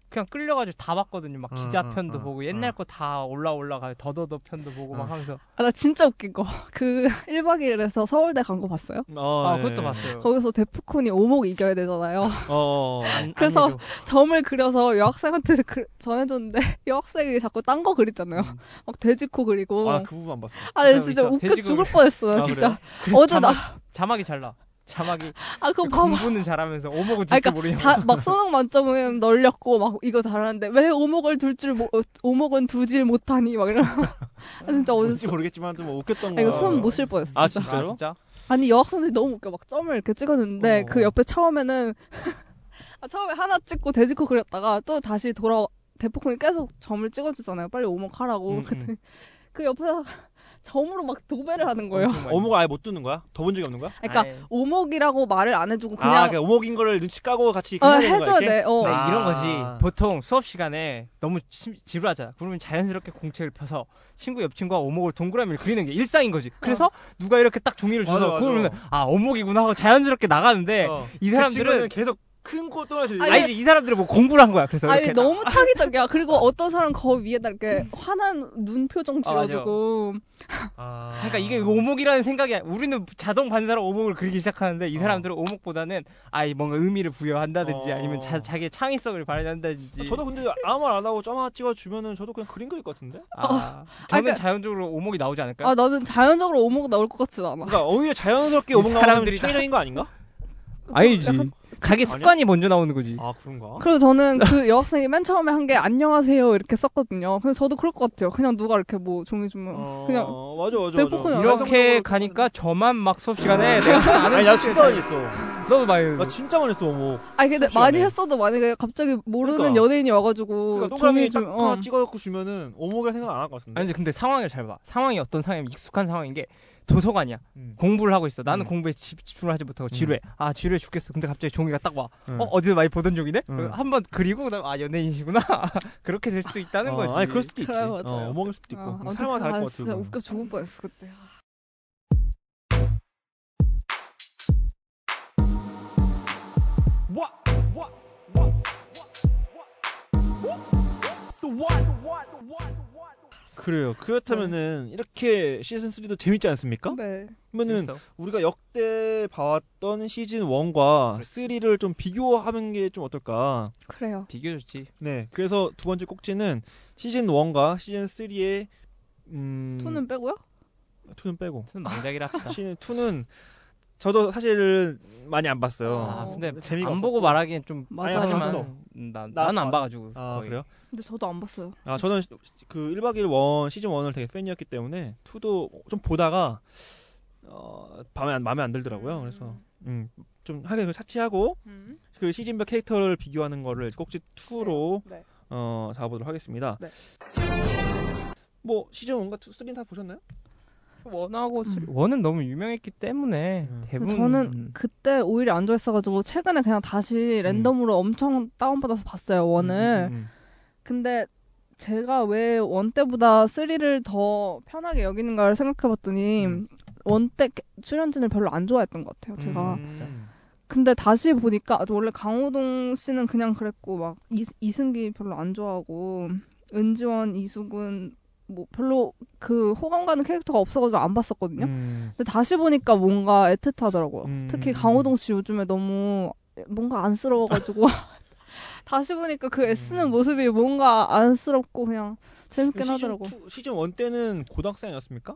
[SPEAKER 3] 그냥 끌려가지고 다 봤거든요. 막
[SPEAKER 4] 어,
[SPEAKER 3] 기자
[SPEAKER 4] 어,
[SPEAKER 3] 편도
[SPEAKER 4] 어,
[SPEAKER 3] 보고
[SPEAKER 4] 어.
[SPEAKER 3] 옛날 거 다 올라 올라가 더더더 편도 보고
[SPEAKER 4] 어.
[SPEAKER 3] 막 하면서
[SPEAKER 1] 아, 나 진짜 웃긴 거. 그 1박 2일에서 서울대 간 거 봤어요?
[SPEAKER 3] 아
[SPEAKER 4] 네.
[SPEAKER 3] 그것도 봤어요.
[SPEAKER 1] 거기서 데프콘이 오목 이겨야 되잖아요.
[SPEAKER 4] 어.
[SPEAKER 3] 안- 안
[SPEAKER 1] 그래서
[SPEAKER 3] 해줘.
[SPEAKER 1] 점을 그려서 여학생한테 그- 전해줬는데 여학생이 자꾸 딴 거 그리잖아요. 막 돼지코 그리고.
[SPEAKER 4] 아
[SPEAKER 1] 아,
[SPEAKER 4] 그 부분 안 봤어.
[SPEAKER 1] 나 진짜
[SPEAKER 3] 있어.
[SPEAKER 1] 웃겨
[SPEAKER 3] 돼지고
[SPEAKER 1] 죽을 뻔했어, 나
[SPEAKER 4] 아,
[SPEAKER 1] 진짜.
[SPEAKER 3] 그래서
[SPEAKER 1] 어제
[SPEAKER 3] 자막,
[SPEAKER 1] 나-
[SPEAKER 3] 자막이 잘 나. 자막이
[SPEAKER 1] 아, 그거 봐봐.
[SPEAKER 3] 공부는 잘하면서 오목은
[SPEAKER 1] 아,
[SPEAKER 3] 둘줄
[SPEAKER 1] 그러니까
[SPEAKER 3] 모르냐.
[SPEAKER 1] 다, 막 수능 만점은 널렸고 막 이거 달았는데 왜 오목을 둘 줄 어, 오목은 두질 못하니 막 이런 아 진짜 어제
[SPEAKER 4] 뭔지
[SPEAKER 1] 수,
[SPEAKER 4] 모르겠지만 좀뭐 웃겼던
[SPEAKER 1] 아, 이거
[SPEAKER 4] 거.
[SPEAKER 1] 숨 못 쉴 뻔했어
[SPEAKER 4] 아,
[SPEAKER 1] 진짜.
[SPEAKER 4] 진짜. 진짜로?
[SPEAKER 3] 아, 진짜?
[SPEAKER 1] 아니 여학생들이 너무 웃겨 막 점을 이렇게 찍었는데
[SPEAKER 4] 어.
[SPEAKER 1] 그 옆에 처음에는 아, 처음에 하나 찍고 돼지코 그렸다가 또 다시 돌아 대포콘이 계속 점을 찍어주잖아요 빨리 오목하라고
[SPEAKER 4] 음, 음.
[SPEAKER 1] 그 옆에서 점으로 막 도배를 하는 거예요
[SPEAKER 3] 엄청 많이.
[SPEAKER 4] 오목을 어. 아예 못 두는 거야? 더 본 적이 없는 거야?
[SPEAKER 1] 그러니까
[SPEAKER 3] 아예.
[SPEAKER 1] 오목이라고 말을 안 해주고
[SPEAKER 4] 아,
[SPEAKER 1] 그냥
[SPEAKER 4] 그냥 오목인 거를 눈치 까고
[SPEAKER 1] 어,
[SPEAKER 4] 같이 그냥 하는 거야,
[SPEAKER 1] 해줘야
[SPEAKER 4] 이렇게?
[SPEAKER 1] 돼 어.
[SPEAKER 3] 네,
[SPEAKER 4] 아.
[SPEAKER 3] 이런 거지. 보통 수업 시간에 너무 심- 지루하잖아. 그러면 자연스럽게 공책을 펴서 친구 옆 친구와 오목을 동그라미를 그리는 게 일상인 거지. 그래서 누가 이렇게 딱 종이를
[SPEAKER 4] 맞아,
[SPEAKER 3] 줘서
[SPEAKER 4] 맞아.
[SPEAKER 3] 그러면 아 오목이구나 하고 자연스럽게 나가는데
[SPEAKER 4] 어.
[SPEAKER 3] 이
[SPEAKER 4] 그 친구는
[SPEAKER 3] 사람들은
[SPEAKER 4] 계속 큰 코 떨어져.
[SPEAKER 1] 아니,
[SPEAKER 3] 아니지 이 사람들은 뭐 공부를 한 거야. 그래서
[SPEAKER 1] 아니
[SPEAKER 3] 이렇게
[SPEAKER 1] 너무 창의적이야. 그리고 어떤 사람 거 위에다
[SPEAKER 4] 음.
[SPEAKER 1] 이렇게 화난 눈 표정
[SPEAKER 3] 아, 맞아.
[SPEAKER 1] 지어주고
[SPEAKER 4] 아.
[SPEAKER 3] 그러니까 이게 오목이라는 생각이 아니- 우리는 자동 반사로 오목을 그리기 시작하는데 이
[SPEAKER 4] 어.
[SPEAKER 3] 사람들은 오목보다는 아이 뭔가 의미를 부여한다든지
[SPEAKER 4] 어.
[SPEAKER 3] 아니면 자, 자기의 창의성을 발휘한다든지.
[SPEAKER 4] 저도 근데 아무 말 안 하고 점 하나 찍어 주면은 저도 그냥 그림 그릴 것 같은데.
[SPEAKER 3] 아, 저는
[SPEAKER 1] 그러니까-
[SPEAKER 3] 자연적으로 오목이 나오지 않을까요?
[SPEAKER 1] 아 나는 자연적으로 오목 나올 것 같진 않아.
[SPEAKER 4] 그러니까 오히려 자연스럽게
[SPEAKER 3] 이
[SPEAKER 4] 오목 나오는
[SPEAKER 3] 사람들이
[SPEAKER 4] 사람들이
[SPEAKER 3] 다-
[SPEAKER 4] 창의적인 거 아닌가? 그러니까
[SPEAKER 3] 아니지.
[SPEAKER 1] 약간-
[SPEAKER 3] 자기
[SPEAKER 4] 아니야?
[SPEAKER 3] 습관이 먼저 나오는 거지.
[SPEAKER 4] 아, 그런가?
[SPEAKER 1] 그리고 저는
[SPEAKER 4] 어?
[SPEAKER 1] 그 여학생이 맨 처음에 한 게 안녕하세요 이렇게 썼거든요. 그래서 저도 그럴 것 같아요. 그냥 누가 이렇게 뭐 종이 주면
[SPEAKER 4] 어,
[SPEAKER 1] 그냥
[SPEAKER 4] 맞아 맞아 맞아.
[SPEAKER 3] 어, 그
[SPEAKER 1] 대포코야.
[SPEAKER 3] 이렇게 가니까 저만 막 수업 시간에 내가 잘 아는
[SPEAKER 4] 아니, 나
[SPEAKER 3] 수업을
[SPEAKER 4] 진짜 많이 했어.
[SPEAKER 3] 잘- 너도 많이
[SPEAKER 4] 나 진짜 많이 했어, 오목.
[SPEAKER 1] 아니 근데
[SPEAKER 4] 수업
[SPEAKER 1] 많이
[SPEAKER 4] 시간에.
[SPEAKER 1] 했어도 만약에 갑자기 모르는
[SPEAKER 4] 그러니까.
[SPEAKER 1] 연예인이 와가지고
[SPEAKER 4] 그러니까
[SPEAKER 1] 종이
[SPEAKER 4] 동그라미 딱
[SPEAKER 1] 주면
[SPEAKER 4] 하나
[SPEAKER 1] 어.
[SPEAKER 4] 찍어 갖고 주면은 오목을 생각 안 할 것 같은데.
[SPEAKER 3] 아니 근데 상황을 잘 봐. 상황이 어떤 상황이면 익숙한 상황인 게 도서관이야.
[SPEAKER 2] 음.
[SPEAKER 3] 공부를 하고 있어. 나는
[SPEAKER 2] 음.
[SPEAKER 3] 공부에 집- 집중을 하지 못하고
[SPEAKER 2] 음.
[SPEAKER 3] 지루해. 아 지루해 죽겠어. 근데 갑자기 종이가 딱 와.
[SPEAKER 2] 음.
[SPEAKER 3] 어 어디서 많이 보던 종이네.
[SPEAKER 2] 음.
[SPEAKER 3] 그리고 한번 그리고 그다음 아 연예인이구나. 그렇게 될 수도 있다는
[SPEAKER 2] 어,
[SPEAKER 3] 거지.
[SPEAKER 2] 아니 그럴 수도 있지.
[SPEAKER 1] 그래요, 맞아요.
[SPEAKER 2] 어, 먹을 수도 있고.
[SPEAKER 1] 아,
[SPEAKER 4] 뭐
[SPEAKER 1] 아무튼
[SPEAKER 2] 사람마다
[SPEAKER 1] 아,
[SPEAKER 2] 다를 것
[SPEAKER 1] 진짜
[SPEAKER 2] 같아.
[SPEAKER 1] 웃겨 죽을 뻔했어 그때. 아,
[SPEAKER 2] 그래요. 그렇다면은 이렇게 시즌 3도 재밌지 않습니까?
[SPEAKER 4] 그러니까?
[SPEAKER 1] 네.
[SPEAKER 2] 그러면은
[SPEAKER 3] 재밌어.
[SPEAKER 2] 우리가 역대 봐왔던 시즌 1과 3를 좀 비교하는 게 좀 어떨까?
[SPEAKER 1] 그래요.
[SPEAKER 3] 비교 좋지.
[SPEAKER 2] 네. 그래서 두 번째 꼭지는 시즌 1과 시즌 3의 음
[SPEAKER 1] 투는 빼고요?
[SPEAKER 2] 투는 빼고.
[SPEAKER 3] 무슨 망작이라 합시다.
[SPEAKER 2] 시즌 2는 아. 저도 사실 많이 안 봤어요.
[SPEAKER 3] 아, 근데
[SPEAKER 2] 재미가
[SPEAKER 3] 안 보고 말하기엔 좀
[SPEAKER 1] 맞아.
[SPEAKER 2] 아니,
[SPEAKER 3] 하지만
[SPEAKER 2] 하지 마.
[SPEAKER 3] 음, 나,
[SPEAKER 2] 나-
[SPEAKER 3] 나는 안 봐가지고.
[SPEAKER 2] 아,
[SPEAKER 3] 거의.
[SPEAKER 2] 그래요?
[SPEAKER 1] 근데 저도 안 봤어요.
[SPEAKER 2] 아, 저는 그 1박 2일 원 시즌 1을 되게 팬이었기 때문에 2도 좀 보다가 어, 밤에 안, 마음에 안 들더라고요. 그래서 음, 좀 하긴 그 차치하고
[SPEAKER 1] 음.
[SPEAKER 2] 그 시즌별 캐릭터를 비교하는 거를 꼭지 2로
[SPEAKER 1] 네.
[SPEAKER 2] 어, 잡아보도록 하겠습니다.
[SPEAKER 1] 네.
[SPEAKER 2] 뭐 시즌 1과 2, 3는 다 보셨나요?
[SPEAKER 3] 원하고 쓰-
[SPEAKER 1] 음.
[SPEAKER 3] 원은 너무 유명했기 때문에
[SPEAKER 2] 음.
[SPEAKER 3] 대부분
[SPEAKER 1] 저는 그때 오히려 안 좋아했어가지고 최근에 그냥 다시 랜덤으로 엄청 다운받아서 봤어요 원을.
[SPEAKER 2] 음, 음,
[SPEAKER 1] 근데 제가 왜 원 때보다 쓰리를 더 편하게 여기는가를 생각해봤더니
[SPEAKER 2] 음.
[SPEAKER 1] 원 때 출연진을 별로 안 좋아했던 것 같아요
[SPEAKER 2] 음.
[SPEAKER 1] 제가.
[SPEAKER 2] 음.
[SPEAKER 1] 근데 다시 보니까 아, 원래 강호동 씨는 그냥 그랬고 막 이, 이승기 별로 안 좋아하고 은지원 이수근 뭐 별로 그 호감 가는 캐릭터가 없어가지고 안 봤었거든요.
[SPEAKER 2] 음.
[SPEAKER 1] 근데 다시 보니까 뭔가 애틋하더라고요.
[SPEAKER 2] 음.
[SPEAKER 1] 특히 강호동 씨 요즘에 너무 뭔가 안쓰러워가지고 다시 보니까 그 애쓰는
[SPEAKER 2] 음.
[SPEAKER 1] 모습이 뭔가 안쓰럽고 그냥 재밌긴 하더라고.
[SPEAKER 2] 시즌 2, 시즌 1 때는 고등학생이었습니까?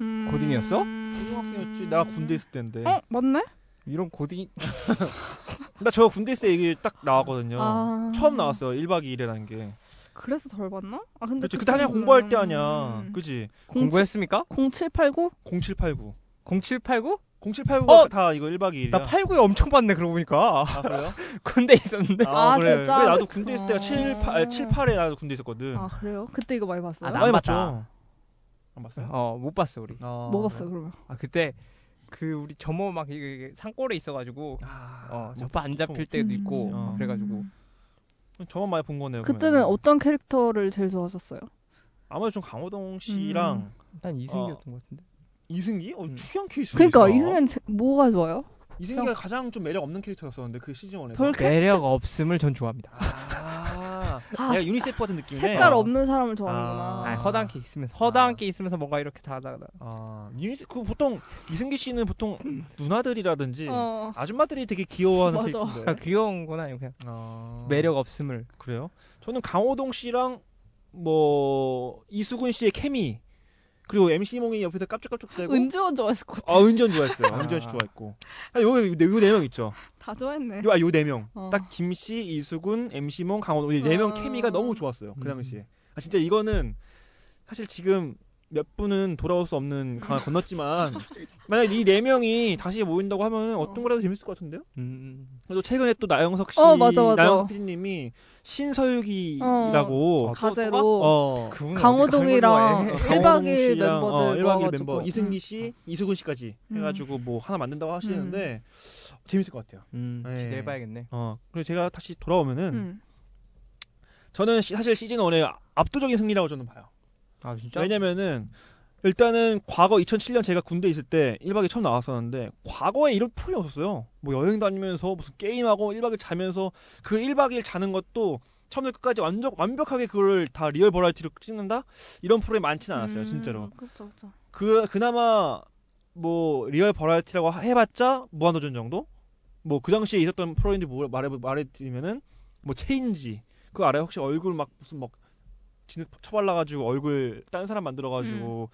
[SPEAKER 1] 음...
[SPEAKER 3] 고딩이었어?
[SPEAKER 2] 고등학생이었지. 내가 군대 있을 때인데.
[SPEAKER 1] 어 맞네.
[SPEAKER 3] 이런 고딩
[SPEAKER 2] 나 저 군대 있을 때 얘기 딱 나왔거든요.
[SPEAKER 1] 아.
[SPEAKER 2] 처음 나왔어요. 1박 2일이라는 게.
[SPEAKER 1] 그래서 덜 봤나? 아 근데
[SPEAKER 2] 그치, 그때 하냐 공부할 때 하냐. 그지?
[SPEAKER 3] 공부했습니까?
[SPEAKER 1] 0789?
[SPEAKER 2] 0789.
[SPEAKER 3] 0789?
[SPEAKER 2] 0789가
[SPEAKER 3] 어!
[SPEAKER 2] 다 이거 1박 2일이야.
[SPEAKER 3] 나 89에 엄청 봤네 그러고 보니까
[SPEAKER 2] 아, 그래요?
[SPEAKER 3] 군대 있었는데.
[SPEAKER 1] 아, 진짜?
[SPEAKER 2] 그래, 나도 군대 있을 때가
[SPEAKER 1] 아.
[SPEAKER 2] 7, 8, 7, 8에 나도 군대 있었거든.
[SPEAKER 1] 아 그래요? 그때 이거 많이 봤어요?
[SPEAKER 3] 아, 나-
[SPEAKER 2] 많이
[SPEAKER 3] 안
[SPEAKER 2] 봤죠.
[SPEAKER 3] 봤다.
[SPEAKER 2] 안 봤어요?
[SPEAKER 3] 어못 봤어 우리.
[SPEAKER 2] 아,
[SPEAKER 1] 뭐 봤어요 그러면?
[SPEAKER 3] 아 그때 그 우리 점호 막 이게- 이게 상골에 있어가지고
[SPEAKER 2] 아,
[SPEAKER 3] 어
[SPEAKER 2] 뭐
[SPEAKER 3] 저파 안 잡힐 때도 있고
[SPEAKER 2] 음.
[SPEAKER 3] 그래가지고
[SPEAKER 2] 아, 저만 많이 본 거네요.
[SPEAKER 1] 그때는
[SPEAKER 2] 그러면.
[SPEAKER 1] 어떤 캐릭터를 제일 좋아하셨어요?
[SPEAKER 2] 음. 아무래도 좀 강호동 씨랑
[SPEAKER 1] 음.
[SPEAKER 3] 난 이승기였던 것 같은데.
[SPEAKER 2] 이승기? 어,
[SPEAKER 3] 음.
[SPEAKER 2] 특이한 케이스.
[SPEAKER 1] 그러니까 이승현 제- 뭐가 좋아요?
[SPEAKER 2] 이승기가 가장 좀 매력 없는 캐릭터였었는데 그 시즌 1에서.
[SPEAKER 1] 별 캐-
[SPEAKER 3] 매력 없음을 전 좋아합니다.
[SPEAKER 2] 아,
[SPEAKER 1] 아,
[SPEAKER 2] 내가 유니세프 같은 느낌에.
[SPEAKER 1] 색깔
[SPEAKER 2] 어.
[SPEAKER 1] 없는 사람을
[SPEAKER 2] 아.
[SPEAKER 3] 아, 네.
[SPEAKER 1] 좋아하는구나.
[SPEAKER 3] 허당끼 있으면서 허당끼 있으면서 뭔가 이렇게 다 하다가
[SPEAKER 2] 아, 유니스 그 보통 이승기 씨는 보통 누나들이라든지
[SPEAKER 1] 어.
[SPEAKER 2] 아줌마들이 되게 귀여워하는
[SPEAKER 1] 맞아.
[SPEAKER 2] 캐릭터인데.
[SPEAKER 3] 그러니까 귀여운 건 아니고 그냥 어.
[SPEAKER 2] 아.
[SPEAKER 3] 매력 없음을
[SPEAKER 2] 그래요? 저는 강호동 씨랑 뭐 이수근 씨의 케미 그리고 MC 몽이 옆에서 깝죽깝죽대고
[SPEAKER 1] 은지원 좋아했을 것 같아.
[SPEAKER 2] 아 은전 좋아했어요.
[SPEAKER 3] 아.
[SPEAKER 2] 은전 씨 좋아했고. 아, 요요네명 있죠.
[SPEAKER 1] 다 좋아했네.
[SPEAKER 2] 요 아 요 네 명.
[SPEAKER 1] 어.
[SPEAKER 2] 딱 김씨, 이수근, MC 몽, 강호동 이 네 명
[SPEAKER 1] 아.
[SPEAKER 2] 케미가 너무 좋았어요. 그
[SPEAKER 3] 음.
[SPEAKER 2] 당시에. 아 진짜 이거는 사실 지금 몇 분은 돌아올 수
[SPEAKER 1] 음.
[SPEAKER 2] 없는 강을 건넜지만 만약 이 네 명이 다시 모인다고 하면 어떤
[SPEAKER 1] 어.
[SPEAKER 2] 거라도 재밌을 것 같은데요?
[SPEAKER 3] 음.
[SPEAKER 2] 또 최근에 또 나영석 씨,
[SPEAKER 1] 어, 맞아, 맞아.
[SPEAKER 2] 나영석 PD님이 신서유기라고
[SPEAKER 1] 가제로
[SPEAKER 2] 어,
[SPEAKER 3] 그분
[SPEAKER 1] 강호동이랑
[SPEAKER 2] 어,
[SPEAKER 1] 1박
[SPEAKER 2] 강호동
[SPEAKER 1] 2일
[SPEAKER 2] 씨랑, 어,
[SPEAKER 1] 멤버들
[SPEAKER 2] 1박 2일
[SPEAKER 1] 모아가지고.
[SPEAKER 2] 멤버 이승기 씨, 이수근 씨까지
[SPEAKER 1] 음.
[SPEAKER 2] 해가지고 뭐 하나 만든다고 하시는데 재밌을 것 같아요.
[SPEAKER 3] 음,
[SPEAKER 2] 예.
[SPEAKER 3] 기대해봐야겠네.
[SPEAKER 2] 어, 그리고 제가 다시 돌아오면은
[SPEAKER 1] 음.
[SPEAKER 2] 저는 시- 사실 시즌 1의 압도적인 승리라고 저는 봐요.
[SPEAKER 3] 아 진짜?
[SPEAKER 2] 왜냐면은 일단은 과거 2007년 제가 군대 있을 때 1박 2일 처음 나왔었는데 과거에 이런 풀이 없었어요. 뭐 여행 다니면서 무슨 게임하고 1박 2일 자면서 그 1박 2일 자는 것도 처음부터 끝까지 완전 완벽하게 그걸 다 리얼 버라이티로 찍는다? 이런 프로그램 많지는 않았어요, 진짜로.
[SPEAKER 1] 그렇죠, 그렇죠.
[SPEAKER 2] 그 그나마 뭐 리얼 버라이티라고 해 봤자 무한도전 정도? 뭐 그 당시에 있었던 프로인데 뭐 말해 말해 드리면은 뭐 체인지 그 알아요? 혹시 얼굴 막 무슨 막 진흙 쳐발라 가지고 얼굴 딴 사람 만들어 가지고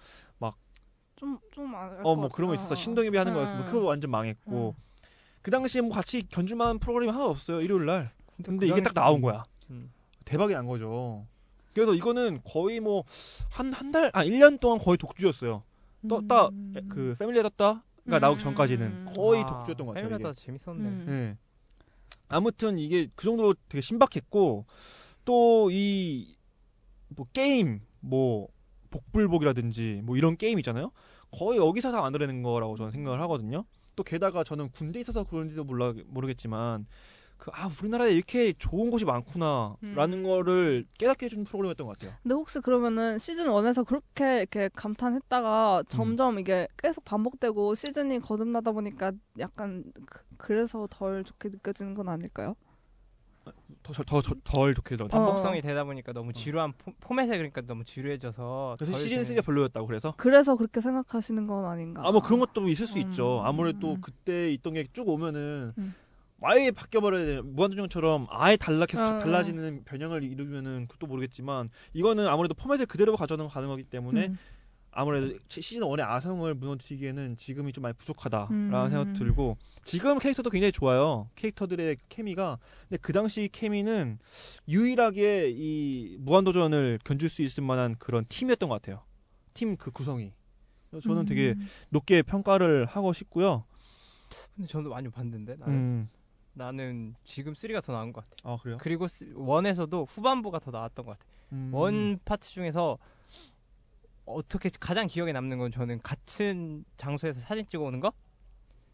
[SPEAKER 1] 좀좀알어뭐
[SPEAKER 2] 어 뭐 그런 거 있었어. 신동엽이 하는 거였으면 그거 완전 망했고. 그 당시에 뭐 같이 견줄만한 프로그램이 하나 없어요. 일요일 날. 근데 이게 딱 나온 거야.
[SPEAKER 3] 음.
[SPEAKER 2] 대박이 난 거죠. 그래서 이거는 거의 뭐 한 한 달 아 일 년 동안 거의 독주였어요. 떴다 그 패밀리에 떴다가
[SPEAKER 1] 음.
[SPEAKER 2] 나오기 전까지는 거의 독주였던 것 같아요.
[SPEAKER 3] 패밀리
[SPEAKER 2] 이게.
[SPEAKER 3] 다 재밌었네.
[SPEAKER 1] 음.
[SPEAKER 2] 예. 아무튼 이게 그 정도로 되게 신박했고 또 이 뭐 게임 뭐 복불복이라든지 뭐 이런 게임 있잖아요. 거의 여기서 다 만들어낸 거라고 저는 생각을 하거든요. 또 게다가 저는 군대 에 있어서 그런지도 몰라 모르겠지만 그 아 우리나라에 이렇게 좋은 곳이 많구나라는
[SPEAKER 1] 음.
[SPEAKER 2] 거를 깨닫게 해준 프로그램이었던 것 같아요.
[SPEAKER 1] 근데 혹시 그러면은 시즌 1에서 그렇게 이렇게 감탄했다가
[SPEAKER 2] 음.
[SPEAKER 1] 점점 이게 계속 반복되고 시즌이 거듭나다 보니까 약간 그, 래서덜 좋게 느껴지는 건 아닐까요?
[SPEAKER 2] 더덜 좋게 들었
[SPEAKER 1] 어.
[SPEAKER 3] 반복성이 되다 보니까 너무 지루한 포, 포맷에 그러니까 너무 지루해져서
[SPEAKER 2] 그래서
[SPEAKER 3] 덜
[SPEAKER 2] 시즌
[SPEAKER 3] 재밌-
[SPEAKER 2] 3가 별로였다고 그래서
[SPEAKER 1] 어. 그래서 그렇게 생각하시는 건 아닌가?
[SPEAKER 2] 아 뭐 그런 것도 있을 수
[SPEAKER 1] 음.
[SPEAKER 2] 있죠. 아무래도
[SPEAKER 1] 음.
[SPEAKER 2] 그때 있던 게 쭉 오면은
[SPEAKER 1] 음.
[SPEAKER 2] 아예 바뀌어버려야 돼. 무한도전처럼 아예 달라 계속
[SPEAKER 1] 어, 어.
[SPEAKER 2] 달라지는 변형을 이루면은 그것도 모르겠지만 이거는 아무래도 포맷을 그대로 가져는 가능하기 때문에
[SPEAKER 1] 음.
[SPEAKER 2] 아무래도 시- 시즌 1의 아성을 무너뜨리기에는 지금이 좀 많이 부족하다라는
[SPEAKER 1] 음.
[SPEAKER 2] 생각 들고 지금 캐릭터도 굉장히 좋아요. 캐릭터들의 케미가 근데 그 당시 케미는 유일하게 이 무한도전을 견줄 수 있을 만한 그런 팀이었던 것 같아요. 팀 그 구성이 그래서 저는 되게
[SPEAKER 1] 음.
[SPEAKER 2] 높게 평가를 하고 싶고요.
[SPEAKER 3] 근데 저는 완전 반대인데 나는,
[SPEAKER 2] 음.
[SPEAKER 3] 나는 지금 3가 더 나은 것 같아
[SPEAKER 2] 아 그래요?
[SPEAKER 3] 그리고 1에서도 후반부가 더 나았던 것 같아
[SPEAKER 2] 음.
[SPEAKER 3] 음. 원 파트 중에서 어떻게 가장 기억에 남는 건 저는 같은 장소에서 사진 찍어 오는 거?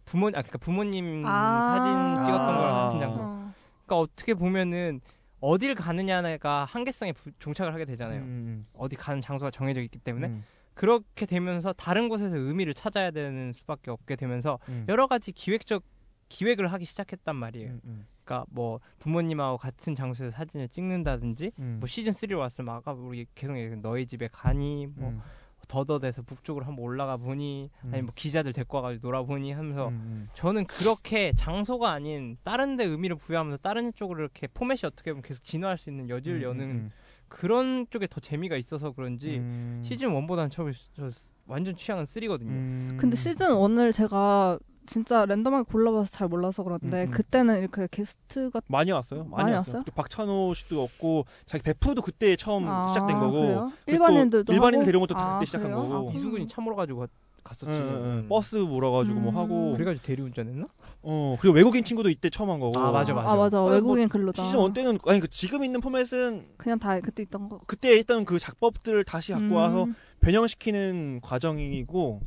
[SPEAKER 3] 부모 아 그러니까 부모님
[SPEAKER 1] 아.
[SPEAKER 3] 사진 찍었던 거랑 같은
[SPEAKER 2] 아.
[SPEAKER 3] 장소.
[SPEAKER 1] 어.
[SPEAKER 3] 그러니까 어떻게 보면은 어디를 가느냐가 한계성에 부- 종착을 하게 되잖아요.
[SPEAKER 2] 음.
[SPEAKER 3] 어디 가는 장소가 정해져 있기 때문에 그렇게 되면서 다른 곳에서 의미를 찾아야 되는 수밖에 없게 되면서
[SPEAKER 2] 음.
[SPEAKER 3] 여러 가지 기획적 기획을 하기 시작했단
[SPEAKER 2] 예.
[SPEAKER 3] 말이에요.
[SPEAKER 2] 음.
[SPEAKER 3] 그러니까 뭐 부모님하고 같은 장소에서 사진을 찍는다든지
[SPEAKER 2] 음.
[SPEAKER 3] 뭐 시즌 3로 왔으면 아까 우리 계속 얘기한 너희 집에 가니 뭐
[SPEAKER 2] 음.
[SPEAKER 3] 더더대서 북쪽으로 한번 올라가 보니 아니 뭐 기자들 데리고 와가지고 놀아보니 하면서
[SPEAKER 2] 음,
[SPEAKER 3] 저는 그렇게 장소가 아닌 다른 데 의미를 부여하면서 다른 쪽으로 이렇게 포맷이 어떻게 보면 계속 진화할 수 있는 여지를
[SPEAKER 2] 음,
[SPEAKER 3] 여는 그런 쪽에 더 재미가 있어서 그런지
[SPEAKER 2] 음.
[SPEAKER 3] 시즌 1보다는 저, 저 완전 취향은 3거든요
[SPEAKER 2] 음.
[SPEAKER 1] 근데 시즌 1을 제가 진짜 랜덤하게 골라봐서 잘 몰라서 그런데
[SPEAKER 2] 음, 음.
[SPEAKER 1] 그때는 이렇게 게스트가
[SPEAKER 2] 많이 왔어요. 많이,
[SPEAKER 1] 많이
[SPEAKER 2] 왔어요.
[SPEAKER 1] 왔어요? 아,
[SPEAKER 2] 그 박찬호 씨도 없고 자기 베프도 그때 처음 시작된 거고
[SPEAKER 1] 그래요?
[SPEAKER 2] 그리고 또
[SPEAKER 1] 일반인들도
[SPEAKER 2] 일반인들
[SPEAKER 1] 하고?
[SPEAKER 2] 데려온 것도 다
[SPEAKER 1] 아,
[SPEAKER 2] 그때 시작한
[SPEAKER 1] 그래요?
[SPEAKER 2] 거고.
[SPEAKER 1] 아,
[SPEAKER 3] 뭐 이수근이 차 몰아가지고 갔- 갔었지 음.
[SPEAKER 2] 응, 응, 응. 버스 몰아가지고
[SPEAKER 1] 음.
[SPEAKER 2] 뭐 하고
[SPEAKER 3] 그래가지고 대리운전했나?
[SPEAKER 2] 어 그리고 외국인 친구도 이때 처음 한 거고
[SPEAKER 3] 아, 맞아, 맞아.
[SPEAKER 1] 아 맞아
[SPEAKER 2] 아니, 뭐
[SPEAKER 1] 외국인 근로자
[SPEAKER 2] 시즌 1 때는 아니 그 지금 있는 포맷은
[SPEAKER 1] 그냥 다 그때 있던 거
[SPEAKER 2] 그때 했던 그 작법들을 다시 갖고 와서
[SPEAKER 1] 음.
[SPEAKER 2] 변형시키는 과정이고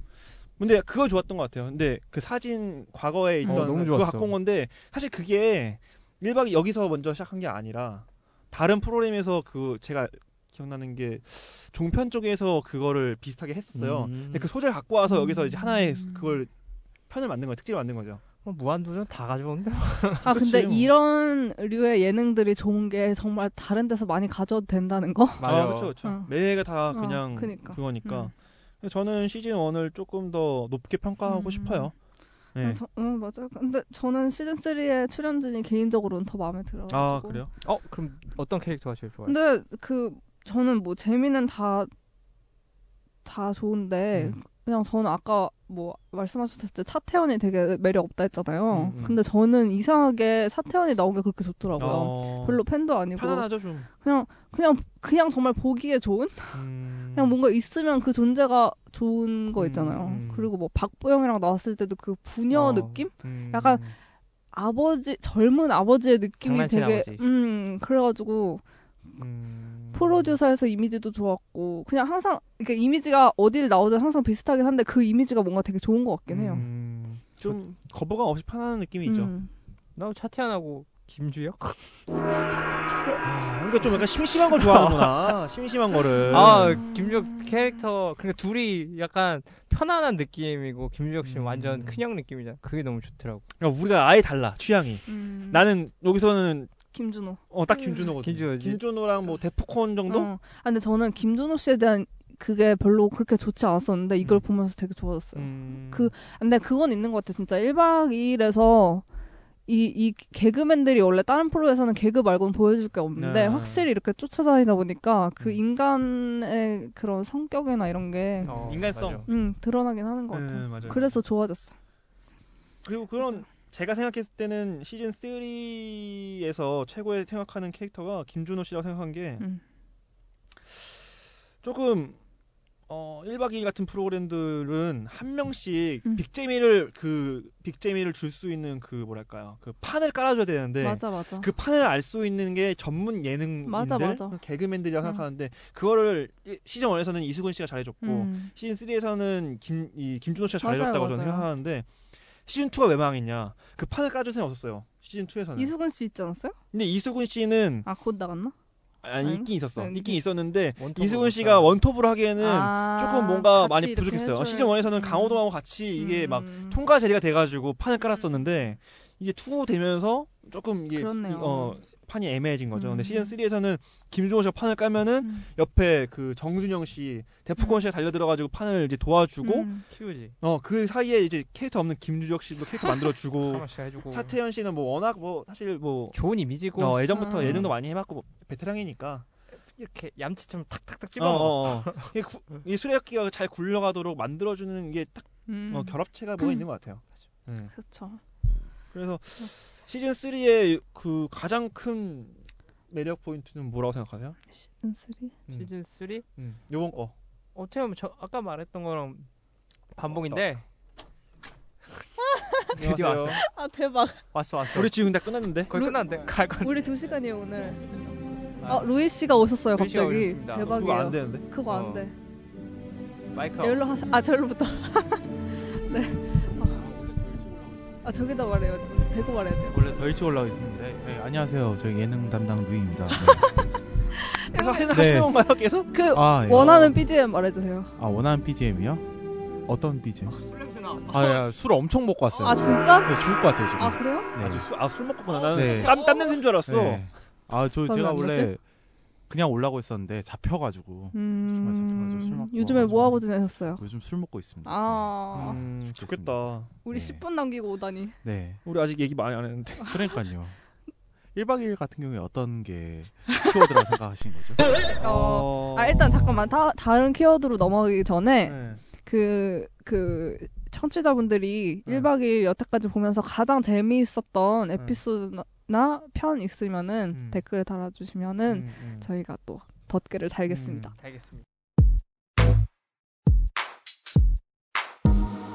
[SPEAKER 2] 근데 그거 좋았던 것 같아요. 근데 그 사진 과거에 있던
[SPEAKER 3] 어, 너무
[SPEAKER 2] 그거
[SPEAKER 3] 좋았어.
[SPEAKER 2] 갖고 온 건데 사실 그게 1박 여기서 먼저 시작한 게 아니라 다른 프로그램에서 그 제가 기억나는 게 종편 쪽에서 그거를 비슷하게 했었어요.
[SPEAKER 3] 음.
[SPEAKER 2] 근데 그 소재를 갖고 와서 여기서 이제 하나의
[SPEAKER 1] 음.
[SPEAKER 2] 그걸 편을 만든 거예요. 특집을 만든 거죠.
[SPEAKER 3] 뭐 무한도전 다 가져오는데
[SPEAKER 1] 아 근데
[SPEAKER 2] 그치.
[SPEAKER 1] 이런 류의 예능들이 좋은 게 정말 다른 데서 많이 가져도 된다는 거
[SPEAKER 2] 아, 그렇죠. 그렇죠.
[SPEAKER 1] 어.
[SPEAKER 2] 매해가 다 그냥
[SPEAKER 1] 어, 그니까.
[SPEAKER 2] 그거니까.
[SPEAKER 1] 음.
[SPEAKER 2] 그래서 저는 시즌 1을 조금 더 높게 평가하고
[SPEAKER 1] 음.
[SPEAKER 2] 싶어요. 네.
[SPEAKER 1] 아, 저, 음, 맞아요 근데 저는 시즌 3의 출연진이 개인적으로는 더 마음에 들어요
[SPEAKER 2] 아, 그래요?
[SPEAKER 3] 어 그럼 어떤 캐릭터가 제일 좋아요?
[SPEAKER 1] 근데 그 저는 뭐 재미는 다 다 좋은데
[SPEAKER 2] 음.
[SPEAKER 1] 그냥 저는 아까 뭐 말씀하셨을 때 차태현이 되게 매력 없다 했잖아요.
[SPEAKER 2] 음, 음.
[SPEAKER 1] 근데 저는 이상하게 차태현이 나온 게 그렇게 좋더라고요.
[SPEAKER 2] 어,
[SPEAKER 1] 별로 팬도 아니고
[SPEAKER 2] 편안하죠, 좀.
[SPEAKER 1] 그냥 그냥 그냥 정말 보기에 좋은
[SPEAKER 2] 음.
[SPEAKER 1] 그냥 뭔가 있으면 그 존재가 좋은 거 있잖아요.
[SPEAKER 2] 음, 음.
[SPEAKER 1] 그리고 뭐 박보영이랑 나왔을 때도 그 부녀
[SPEAKER 3] 어.
[SPEAKER 1] 느낌?
[SPEAKER 2] 음.
[SPEAKER 1] 약간 아버지 젊은 아버지의 느낌이
[SPEAKER 3] 장난친
[SPEAKER 1] 되게
[SPEAKER 3] 아버지.
[SPEAKER 1] 음 그래가지고
[SPEAKER 2] 음.
[SPEAKER 1] 프로듀서에서 이미지도 좋았고 그냥 항상 그러니까 이미지가 어딜 나오든 항상 비슷하긴 한데 그 이미지가 뭔가 되게 좋은 것 같긴 해요.
[SPEAKER 2] 음. 좀 거부감 없이 편안한 느낌이 있죠.
[SPEAKER 1] 음.
[SPEAKER 3] 나 차태현하고 김주혁?
[SPEAKER 2] 아, 그러니까 좀 약간 심심한 걸 좋아하는구나. 심심한 거를.
[SPEAKER 3] 아 김주혁 캐릭터 그러니까 둘이 약간 편안한 느낌이고 김주혁 씨는
[SPEAKER 2] 음.
[SPEAKER 3] 완전 큰형 느낌이잖아. 그게 너무 좋더라고.
[SPEAKER 2] 그러니까 우리가 아예 달라 취향이.
[SPEAKER 1] 음.
[SPEAKER 2] 나는 여기서는
[SPEAKER 1] 김준호.
[SPEAKER 2] 어, 딱 김준호거든.
[SPEAKER 3] 김준호지.
[SPEAKER 2] 김준호랑 뭐 데프콘 정도?
[SPEAKER 1] 어. 아, 근데 저는 김준호 씨에 대한 그게 별로 그렇게 좋지 않았었는데 이걸
[SPEAKER 2] 음.
[SPEAKER 1] 보면서 되게 좋아졌어요.
[SPEAKER 2] 음.
[SPEAKER 1] 그- 근데 그건 있는 것 같아. 진짜 1박 2일에서 이, 이 개그맨들이 원래 다른 프로에서는 개그 말고는 보여줄 게 없는데
[SPEAKER 2] 네.
[SPEAKER 1] 확실히 이렇게 쫓아다니다 보니까 그
[SPEAKER 2] 음.
[SPEAKER 1] 인간의 그런 성격이나 이런 게
[SPEAKER 3] 어,
[SPEAKER 2] 인간성.
[SPEAKER 3] 맞아.
[SPEAKER 1] 음, 드러나긴 하는
[SPEAKER 4] 네,
[SPEAKER 1] 것 같아요.
[SPEAKER 2] 음, 맞아요.
[SPEAKER 1] 그래서 좋아졌어.
[SPEAKER 2] 그리고 그런 제가 생각했을 때는 시즌 3에서 최고의 생각하는 캐릭터가 김준호 씨라고 생각한 게
[SPEAKER 1] 음.
[SPEAKER 2] 조금
[SPEAKER 4] 어 1박 2일 같은 프로그램들은 한 명씩
[SPEAKER 1] 음.
[SPEAKER 4] 빅재미를 그 빅재미를 줄 수 있는 그 뭐랄까요? 그 판을 깔아 줘야 되는데
[SPEAKER 1] 맞아 맞아.
[SPEAKER 4] 그 판을 알 수 있는 게 전문 예능인들
[SPEAKER 1] 맞아, 맞아.
[SPEAKER 4] 개그맨들이라고
[SPEAKER 1] 음.
[SPEAKER 4] 생각하는데 그거를 이- 시즌 1에서는 이수근 씨가 잘해 줬고
[SPEAKER 1] 음.
[SPEAKER 4] 시즌 3에서는 김, 이 김준호 씨가
[SPEAKER 1] 맞아요,
[SPEAKER 4] 잘해줬다고 저는
[SPEAKER 1] 맞아요.
[SPEAKER 4] 생각하는데 시즌 2가 왜 망했냐? 그 판을 까준 사람이 없었어요. 시즌 2에서는.
[SPEAKER 1] 이수근 씨 있지 않았어요?
[SPEAKER 4] 근데 이수근 씨는
[SPEAKER 1] 아 곧 나갔나?
[SPEAKER 4] 아니,
[SPEAKER 1] 아니?
[SPEAKER 4] 있긴 있었어.
[SPEAKER 1] 아니.
[SPEAKER 4] 있긴 있었는데
[SPEAKER 3] 원톱으로
[SPEAKER 4] 이수근 씨가 원톱으로 하기에는
[SPEAKER 1] 아,
[SPEAKER 4] 네. 조금 뭔가
[SPEAKER 1] 같이
[SPEAKER 4] 많이
[SPEAKER 1] 이렇게
[SPEAKER 4] 부족했어요.
[SPEAKER 1] 해줘야-
[SPEAKER 4] 시즌 1에서는
[SPEAKER 1] 음.
[SPEAKER 4] 강호동하고 같이 이게
[SPEAKER 1] 음.
[SPEAKER 4] 막 통과 제리가 돼가지고 판을 깔았었는데 이게 2 되면서 조금 이게
[SPEAKER 1] 그렇네요.
[SPEAKER 4] 이- 어, 판이 애매해진 거죠. 근데
[SPEAKER 1] 음.
[SPEAKER 4] 시즌 3에서는 김종호 씨가 판을 깔면은
[SPEAKER 1] 음.
[SPEAKER 4] 옆에 그 정준영 씨, 데프콘 씨가 달려들어가지고 판을 이제 도와주고
[SPEAKER 1] 음.
[SPEAKER 3] 키우지.
[SPEAKER 4] 어 그 사이에 이제 캐릭터 없는 김주혁 씨도 캐릭터 만들어주고
[SPEAKER 3] 하나 씩 해주고.
[SPEAKER 4] 음. 차태현 씨는 뭐 워낙 뭐 사실 뭐
[SPEAKER 3] 좋은 이미지고
[SPEAKER 4] 어,
[SPEAKER 2] 음.
[SPEAKER 4] 예전부터
[SPEAKER 1] 아.
[SPEAKER 4] 예능도 많이 해봤고 뭐 베테랑이니까
[SPEAKER 3] 이렇게 얌치처럼 탁탁탁
[SPEAKER 4] 어,
[SPEAKER 3] 찝어. 먹어.
[SPEAKER 4] 어, 어. 이게 구- 이 수레역기가 잘 굴러가도록 만들어주는 게 딱
[SPEAKER 1] 음.
[SPEAKER 4] 어, 결합체가 뭐가 있는 것 같아요. 음.
[SPEAKER 1] 그렇죠.
[SPEAKER 4] 그래서 시즌 3의 그 가장 큰 매력 포인트는 뭐라고 생각하세요?
[SPEAKER 1] 시즌 3.
[SPEAKER 4] 음.
[SPEAKER 3] 시즌 3
[SPEAKER 4] 음. 요번 거
[SPEAKER 3] 어떻게 보면 저 아까 말했던 거랑 반복인데 드디어
[SPEAKER 4] 안녕하세요.
[SPEAKER 3] 왔어요.
[SPEAKER 1] 아 대박.
[SPEAKER 3] 왔어 왔어.
[SPEAKER 4] 우리 지금 다 끝났는데
[SPEAKER 3] 거의
[SPEAKER 1] 루-
[SPEAKER 3] 끝났는데 갈 건.
[SPEAKER 1] 우리 두 시간이에요 오늘. 아 로이 씨가 오셨어요
[SPEAKER 3] 로이 씨가
[SPEAKER 1] 갑자기.
[SPEAKER 3] 오셨습니다.
[SPEAKER 4] 그거 안
[SPEAKER 1] 대박이에요.
[SPEAKER 4] 되는데.
[SPEAKER 1] 그거
[SPEAKER 3] 어.
[SPEAKER 1] 안 돼.
[SPEAKER 3] 마이크.
[SPEAKER 1] 열로 하. 아 절로부터. 네. 아 저기다 말해요. 대고 말해야 돼요.
[SPEAKER 2] 원래 더 일찍 올라와 있었는데 네, 안녕하세요 저희 예능 담당 루이입니다 네.
[SPEAKER 4] 계속
[SPEAKER 1] 여러분,
[SPEAKER 4] 하시는 건가요? 계속?
[SPEAKER 1] 그
[SPEAKER 2] 아, 예.
[SPEAKER 1] 원하는 BGM 말해주세요.
[SPEAKER 2] 아 원하는 BGM이요? 어떤
[SPEAKER 4] 아,
[SPEAKER 2] BGM?
[SPEAKER 3] 술 냄새 나.
[SPEAKER 2] 아술 엄청 먹고 왔어요
[SPEAKER 1] 아 진짜?
[SPEAKER 2] 네, 죽을 것 같아요 지금
[SPEAKER 1] 아 그래요?
[SPEAKER 2] 네.
[SPEAKER 4] 아주 술, 아, 술 먹고구나. 나는
[SPEAKER 2] 네.
[SPEAKER 4] 땀, 땀 냄새인 줄 알았어.
[SPEAKER 2] 네. 아저
[SPEAKER 1] 그러면
[SPEAKER 2] 제가
[SPEAKER 1] 안
[SPEAKER 2] 원래
[SPEAKER 1] 되지?
[SPEAKER 2] 그냥 올라고 했었는데 잡혀가지고 정말 잠깐만요. 술
[SPEAKER 1] 음.
[SPEAKER 2] 먹고
[SPEAKER 1] 요즘에 뭐 하고 지내셨어요?
[SPEAKER 2] 요즘 술 먹고 있습니다
[SPEAKER 1] 아
[SPEAKER 4] 음,
[SPEAKER 2] 좋겠습니다.
[SPEAKER 4] 좋겠다.
[SPEAKER 1] 우리
[SPEAKER 2] 네.
[SPEAKER 1] 10분 남기고 오다니.
[SPEAKER 2] 네
[SPEAKER 4] 우리 아직 얘기 많이 안 했는데.
[SPEAKER 2] 그러니까요 1박 2일 같은 경우에 어떤 게 키워드라고 생각하신 거죠?
[SPEAKER 1] 어. 아 일단 잠깐만 다, 다른 키워드로 넘어가기 전에
[SPEAKER 4] 네.
[SPEAKER 1] 그, 그 청취자분들이
[SPEAKER 4] 네.
[SPEAKER 1] 1박 2일 여태까지 보면서 가장 재미있었던
[SPEAKER 4] 네.
[SPEAKER 1] 에피소드나 편 있으면은
[SPEAKER 4] 음.
[SPEAKER 1] 댓글 달아주시면은
[SPEAKER 4] 음, 음.
[SPEAKER 1] 저희가 또 덧글을 달겠습니다.
[SPEAKER 3] 알겠습니다.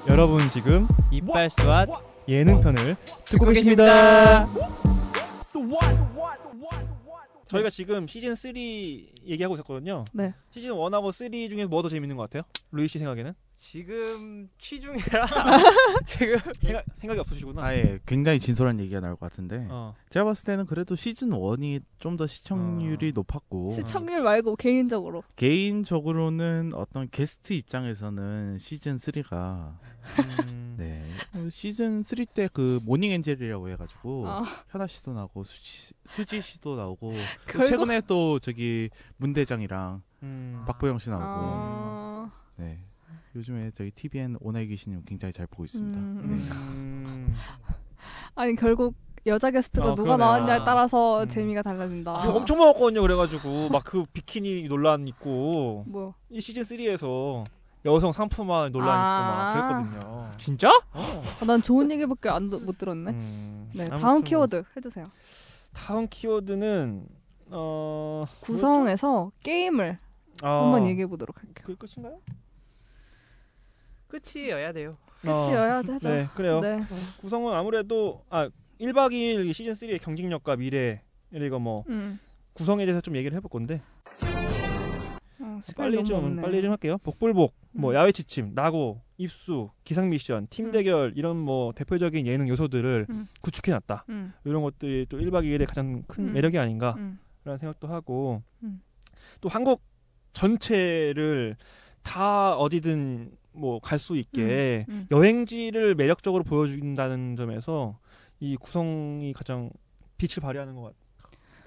[SPEAKER 4] 여러분 지금
[SPEAKER 3] 이빨 수완
[SPEAKER 2] 어.
[SPEAKER 4] 예능편을
[SPEAKER 3] 뭐? 듣고 계십니다.
[SPEAKER 4] 저희가 지금 시즌 3 얘기하고 있었거든요.
[SPEAKER 1] 네.
[SPEAKER 4] 시즌 1하고 3 중에 뭐 더 재밌는 것 같아요? 루이 씨 생각에는?
[SPEAKER 3] 지금 취중이라 지금
[SPEAKER 4] 생각, 생각이 없으시구나.
[SPEAKER 2] 아예 네. 굉장히 진솔한 얘기가 나올 것 같은데
[SPEAKER 4] 어.
[SPEAKER 2] 제가 봤을 때는 그래도 시즌 1이 좀 더 시청률이
[SPEAKER 4] 어.
[SPEAKER 2] 높았고
[SPEAKER 1] 시청률 말고 개인적으로
[SPEAKER 2] 개인적으로는 어떤 게스트 입장에서는 시즌 3가
[SPEAKER 4] 음.
[SPEAKER 2] 네 어, 시즌 3 때 그 모닝 엔젤이라고 해가지고
[SPEAKER 1] 아.
[SPEAKER 2] 현아 씨도 나오고 수지, 수지 씨도 나오고 또
[SPEAKER 1] 결국-
[SPEAKER 2] 그 최근에 또 저기 문 대장이랑
[SPEAKER 4] 음.
[SPEAKER 2] 박보영 씨 나오고
[SPEAKER 1] 아...
[SPEAKER 2] 네 요즘에 저희 TVN 오나의 귀신님 굉장히 잘 보고 있습니다.
[SPEAKER 1] 음.
[SPEAKER 2] 네.
[SPEAKER 4] 음.
[SPEAKER 1] 아니 결국 여자 게스트가
[SPEAKER 4] 어,
[SPEAKER 1] 누가
[SPEAKER 4] 그러네요.
[SPEAKER 1] 나왔냐에 따라서
[SPEAKER 4] 음.
[SPEAKER 1] 재미가 달라진다.
[SPEAKER 4] 지금 엄청 먹었거든요. 그래가지고 막 그 비키니 논란 있고
[SPEAKER 1] 뭐
[SPEAKER 4] 이 시즌 3에서 여성 상품화 논란
[SPEAKER 1] 아.
[SPEAKER 4] 있고 막 그랬거든요.
[SPEAKER 3] 진짜?
[SPEAKER 4] 어.
[SPEAKER 1] 아, 난 좋은 얘기밖에 안, 들- 못 들었네.
[SPEAKER 4] 음,
[SPEAKER 1] 네
[SPEAKER 4] 아무튼
[SPEAKER 1] 다음
[SPEAKER 4] 뭐
[SPEAKER 1] 키워드 해주세요.
[SPEAKER 4] 다음 키워드는 어
[SPEAKER 1] 구성에서 게임을
[SPEAKER 4] 뭐였죠? 아,
[SPEAKER 1] 한번 얘기해 보도록 할게요.
[SPEAKER 4] 그 끝인가요?
[SPEAKER 3] 끝이어야 돼요.
[SPEAKER 1] 끝이어야 하죠.
[SPEAKER 4] 네, 그래요.
[SPEAKER 1] 네.
[SPEAKER 4] 구성은 아무래도 아 1박 2일 시즌 3의 경쟁력과 미래 이거 뭐
[SPEAKER 1] 음.
[SPEAKER 4] 구성에 대해서 좀 얘기를 해볼 건데
[SPEAKER 1] 어, 시간이
[SPEAKER 4] 뭐 빨리
[SPEAKER 1] 너무
[SPEAKER 4] 좀
[SPEAKER 1] 없네.
[SPEAKER 4] 빨리 좀 할게요. 복불복, 뭐
[SPEAKER 1] 음.
[SPEAKER 4] 야외 지침, 낙오, 입수, 기상 미션, 팀
[SPEAKER 1] 음.
[SPEAKER 4] 대결 이런 뭐 대표적인 예능 요소들을
[SPEAKER 1] 음.
[SPEAKER 4] 구축해놨다.
[SPEAKER 1] 음,
[SPEAKER 4] 이런 것들이 또 1박 2일의 가장 큰
[SPEAKER 1] 음.
[SPEAKER 4] 매력이 아닌가
[SPEAKER 1] 음.
[SPEAKER 4] 라는 생각도 하고
[SPEAKER 1] 음.
[SPEAKER 4] 또 한국 전체를 다 어디든 뭐 갈 수 있게
[SPEAKER 1] 음, 음.
[SPEAKER 4] 여행지를 매력적으로 보여준다는 점에서 이 구성이 가장 빛을 발휘하는 것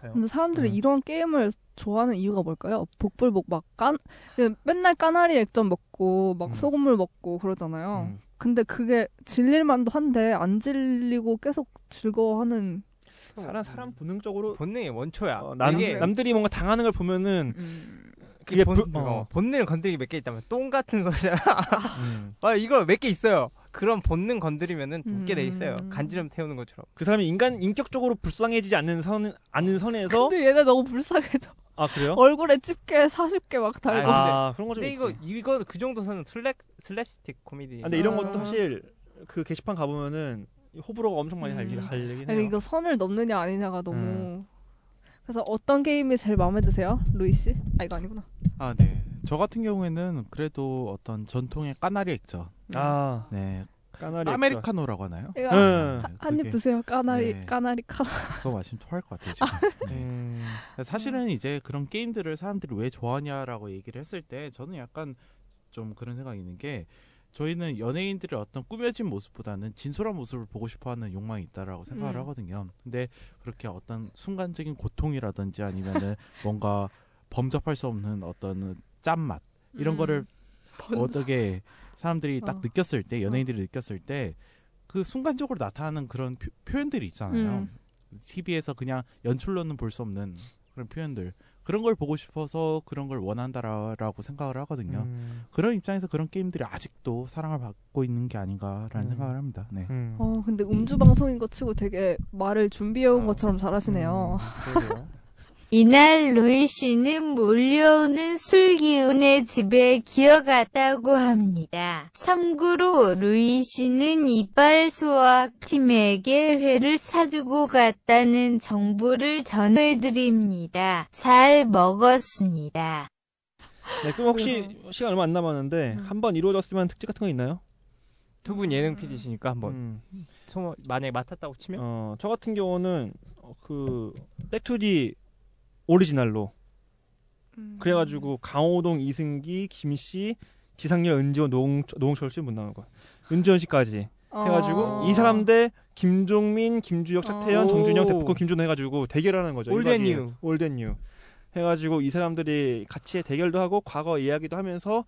[SPEAKER 4] 같아요.
[SPEAKER 1] 근데 사람들이
[SPEAKER 4] 음.
[SPEAKER 1] 이런 게임을 좋아하는 이유가 뭘까요? 복불복 막 깐, 그 맨날 까나리 액젓 먹고 막
[SPEAKER 4] 음.
[SPEAKER 1] 소금물 먹고 그러잖아요.
[SPEAKER 4] 음.
[SPEAKER 1] 근데 그게 질릴만도 한데 안 질리고 계속 즐거워하는.
[SPEAKER 4] 사람 사람 본능적으로
[SPEAKER 3] 본능의 원초야.
[SPEAKER 4] 어, 남,
[SPEAKER 3] 이게
[SPEAKER 4] 남들이 뭔가 당하는 걸 보면은
[SPEAKER 1] 음.
[SPEAKER 4] 그게
[SPEAKER 3] 본,
[SPEAKER 4] 부,
[SPEAKER 3] 어,
[SPEAKER 4] 어.
[SPEAKER 3] 본능을 건드리기 몇 개 있다면 똥 같은 거잖아.
[SPEAKER 4] 음.
[SPEAKER 3] 아 이거 몇 개 있어요. 그런 본능 건드리면은 웃게 돼 있어요.
[SPEAKER 1] 음.
[SPEAKER 3] 간지럼 태우는 것처럼.
[SPEAKER 4] 그 사람이 인간 인격적으로 불쌍해지지 않는 선 않는 선에서
[SPEAKER 1] 근데 얘네 너무 불쌍해져.
[SPEAKER 2] 아 그래요?
[SPEAKER 1] 얼굴에 집게 40개 막 달고
[SPEAKER 3] 아이고.
[SPEAKER 2] 아 그런 거좀
[SPEAKER 3] 근데
[SPEAKER 2] 있지.
[SPEAKER 3] 이거 이거 그 정도 선은 슬랙 슬래시틱 코미디.
[SPEAKER 2] 아, 근데 이런
[SPEAKER 1] 아.
[SPEAKER 2] 것도 사실 그 게시판 가보면은 호불호가 엄청 많이 갈리,
[SPEAKER 1] 음.
[SPEAKER 2] 갈리긴
[SPEAKER 1] 아니,
[SPEAKER 2] 해요.
[SPEAKER 1] 이거 선을 넘느냐 아니냐가 너무
[SPEAKER 2] 음.
[SPEAKER 1] 그래서 어떤 게임이 제일 마음에 드세요? 루이 씨? 아 이거 아니구나
[SPEAKER 5] 아, 네. 저 같은 경우에는 그래도 어떤 전통의 까나리 액젓.
[SPEAKER 2] 아
[SPEAKER 5] 네.
[SPEAKER 2] 까나리 액젓.
[SPEAKER 5] 아메리카노라고 하나요?
[SPEAKER 1] 이거
[SPEAKER 2] 응.
[SPEAKER 5] 네,
[SPEAKER 1] 한입
[SPEAKER 5] 그게-
[SPEAKER 1] 드세요 까나리
[SPEAKER 5] 네.
[SPEAKER 1] 까나리 까
[SPEAKER 5] 그거 마시면 토할 것 같아요, 지금. 네.
[SPEAKER 2] 음.
[SPEAKER 5] 사실은 이제 그런 게임들을 사람들이 왜 좋아하냐라고 얘기를 했을 때 저는 약간 좀 그런 생각이 있는 게 저희는 연예인들의 어떤 꾸며진 모습보다는 진솔한 모습을 보고 싶어하는 욕망이 있다라고 생각을
[SPEAKER 1] 음.
[SPEAKER 5] 하거든요. 근데 그렇게 어떤 순간적인 고통이라든지 아니면은 뭔가 범접할 수 없는 어떤 짠맛 이런 거를 어떻게 사람들이 딱
[SPEAKER 1] 어.
[SPEAKER 5] 느꼈을 때 연예인들이 느꼈을 때 그 순간적으로 나타나는 그런 표, 표현들이 있잖아요. TV에서 그냥 연출로는 볼 수 없는 그런 표현들 그런 걸 보고 싶어서 그런 걸 원한다라고 생각을 하거든요.
[SPEAKER 2] 음.
[SPEAKER 5] 그런 입장에서 그런 게임들이 아직도 사랑을 받고 있는 게 아닌가라는
[SPEAKER 2] 음.
[SPEAKER 5] 생각을 합니다. 네.
[SPEAKER 2] 음.
[SPEAKER 1] 어 근데 음주 방송인 것 치고 되게 말을 준비해온
[SPEAKER 2] 어.
[SPEAKER 1] 것처럼 잘하시네요
[SPEAKER 2] 음, 그러게요.
[SPEAKER 6] 이날 루이 씨는 몰려오는 술 기운에 집에 기어갔다고 합니다. 참고로 루이 씨는 이빨 소악 팀에게 회를 사주고 갔다는 정보를 전해드립니다. 잘 먹었습니다.
[SPEAKER 2] 네, 그럼 혹시 시간 얼마 안 남았는데
[SPEAKER 1] 음.
[SPEAKER 2] 한번 이루어졌으면 특집 같은 거 있나요?
[SPEAKER 3] 두 분 예능 PD시니까 한번
[SPEAKER 2] 음.
[SPEAKER 3] 소모 만약에 맡았다고 치면
[SPEAKER 2] 어, 저 같은 경우는 어, 그 백투디 오리지널로
[SPEAKER 1] 음.
[SPEAKER 2] 그래가지고 강호동, 이승기, 김씨, 지상렬, 은지원, 노홍, 노홍철 씨못 나온 거. 은지원 씨까지
[SPEAKER 1] 어.
[SPEAKER 3] 아.
[SPEAKER 2] 해가지고 이 사람 대 김종민, 김주혁,
[SPEAKER 1] 어.
[SPEAKER 2] 차태현, 정준영,
[SPEAKER 3] 오.
[SPEAKER 2] 대포콘, 김준호 해가지고 대결하는 거죠.
[SPEAKER 3] 올드
[SPEAKER 2] 일박
[SPEAKER 3] 앤
[SPEAKER 2] 이일.
[SPEAKER 3] 뉴.
[SPEAKER 2] 올드 앤 뉴. 해가지고 이 사람들이 같이 대결도 하고 과거 이야기도 하면서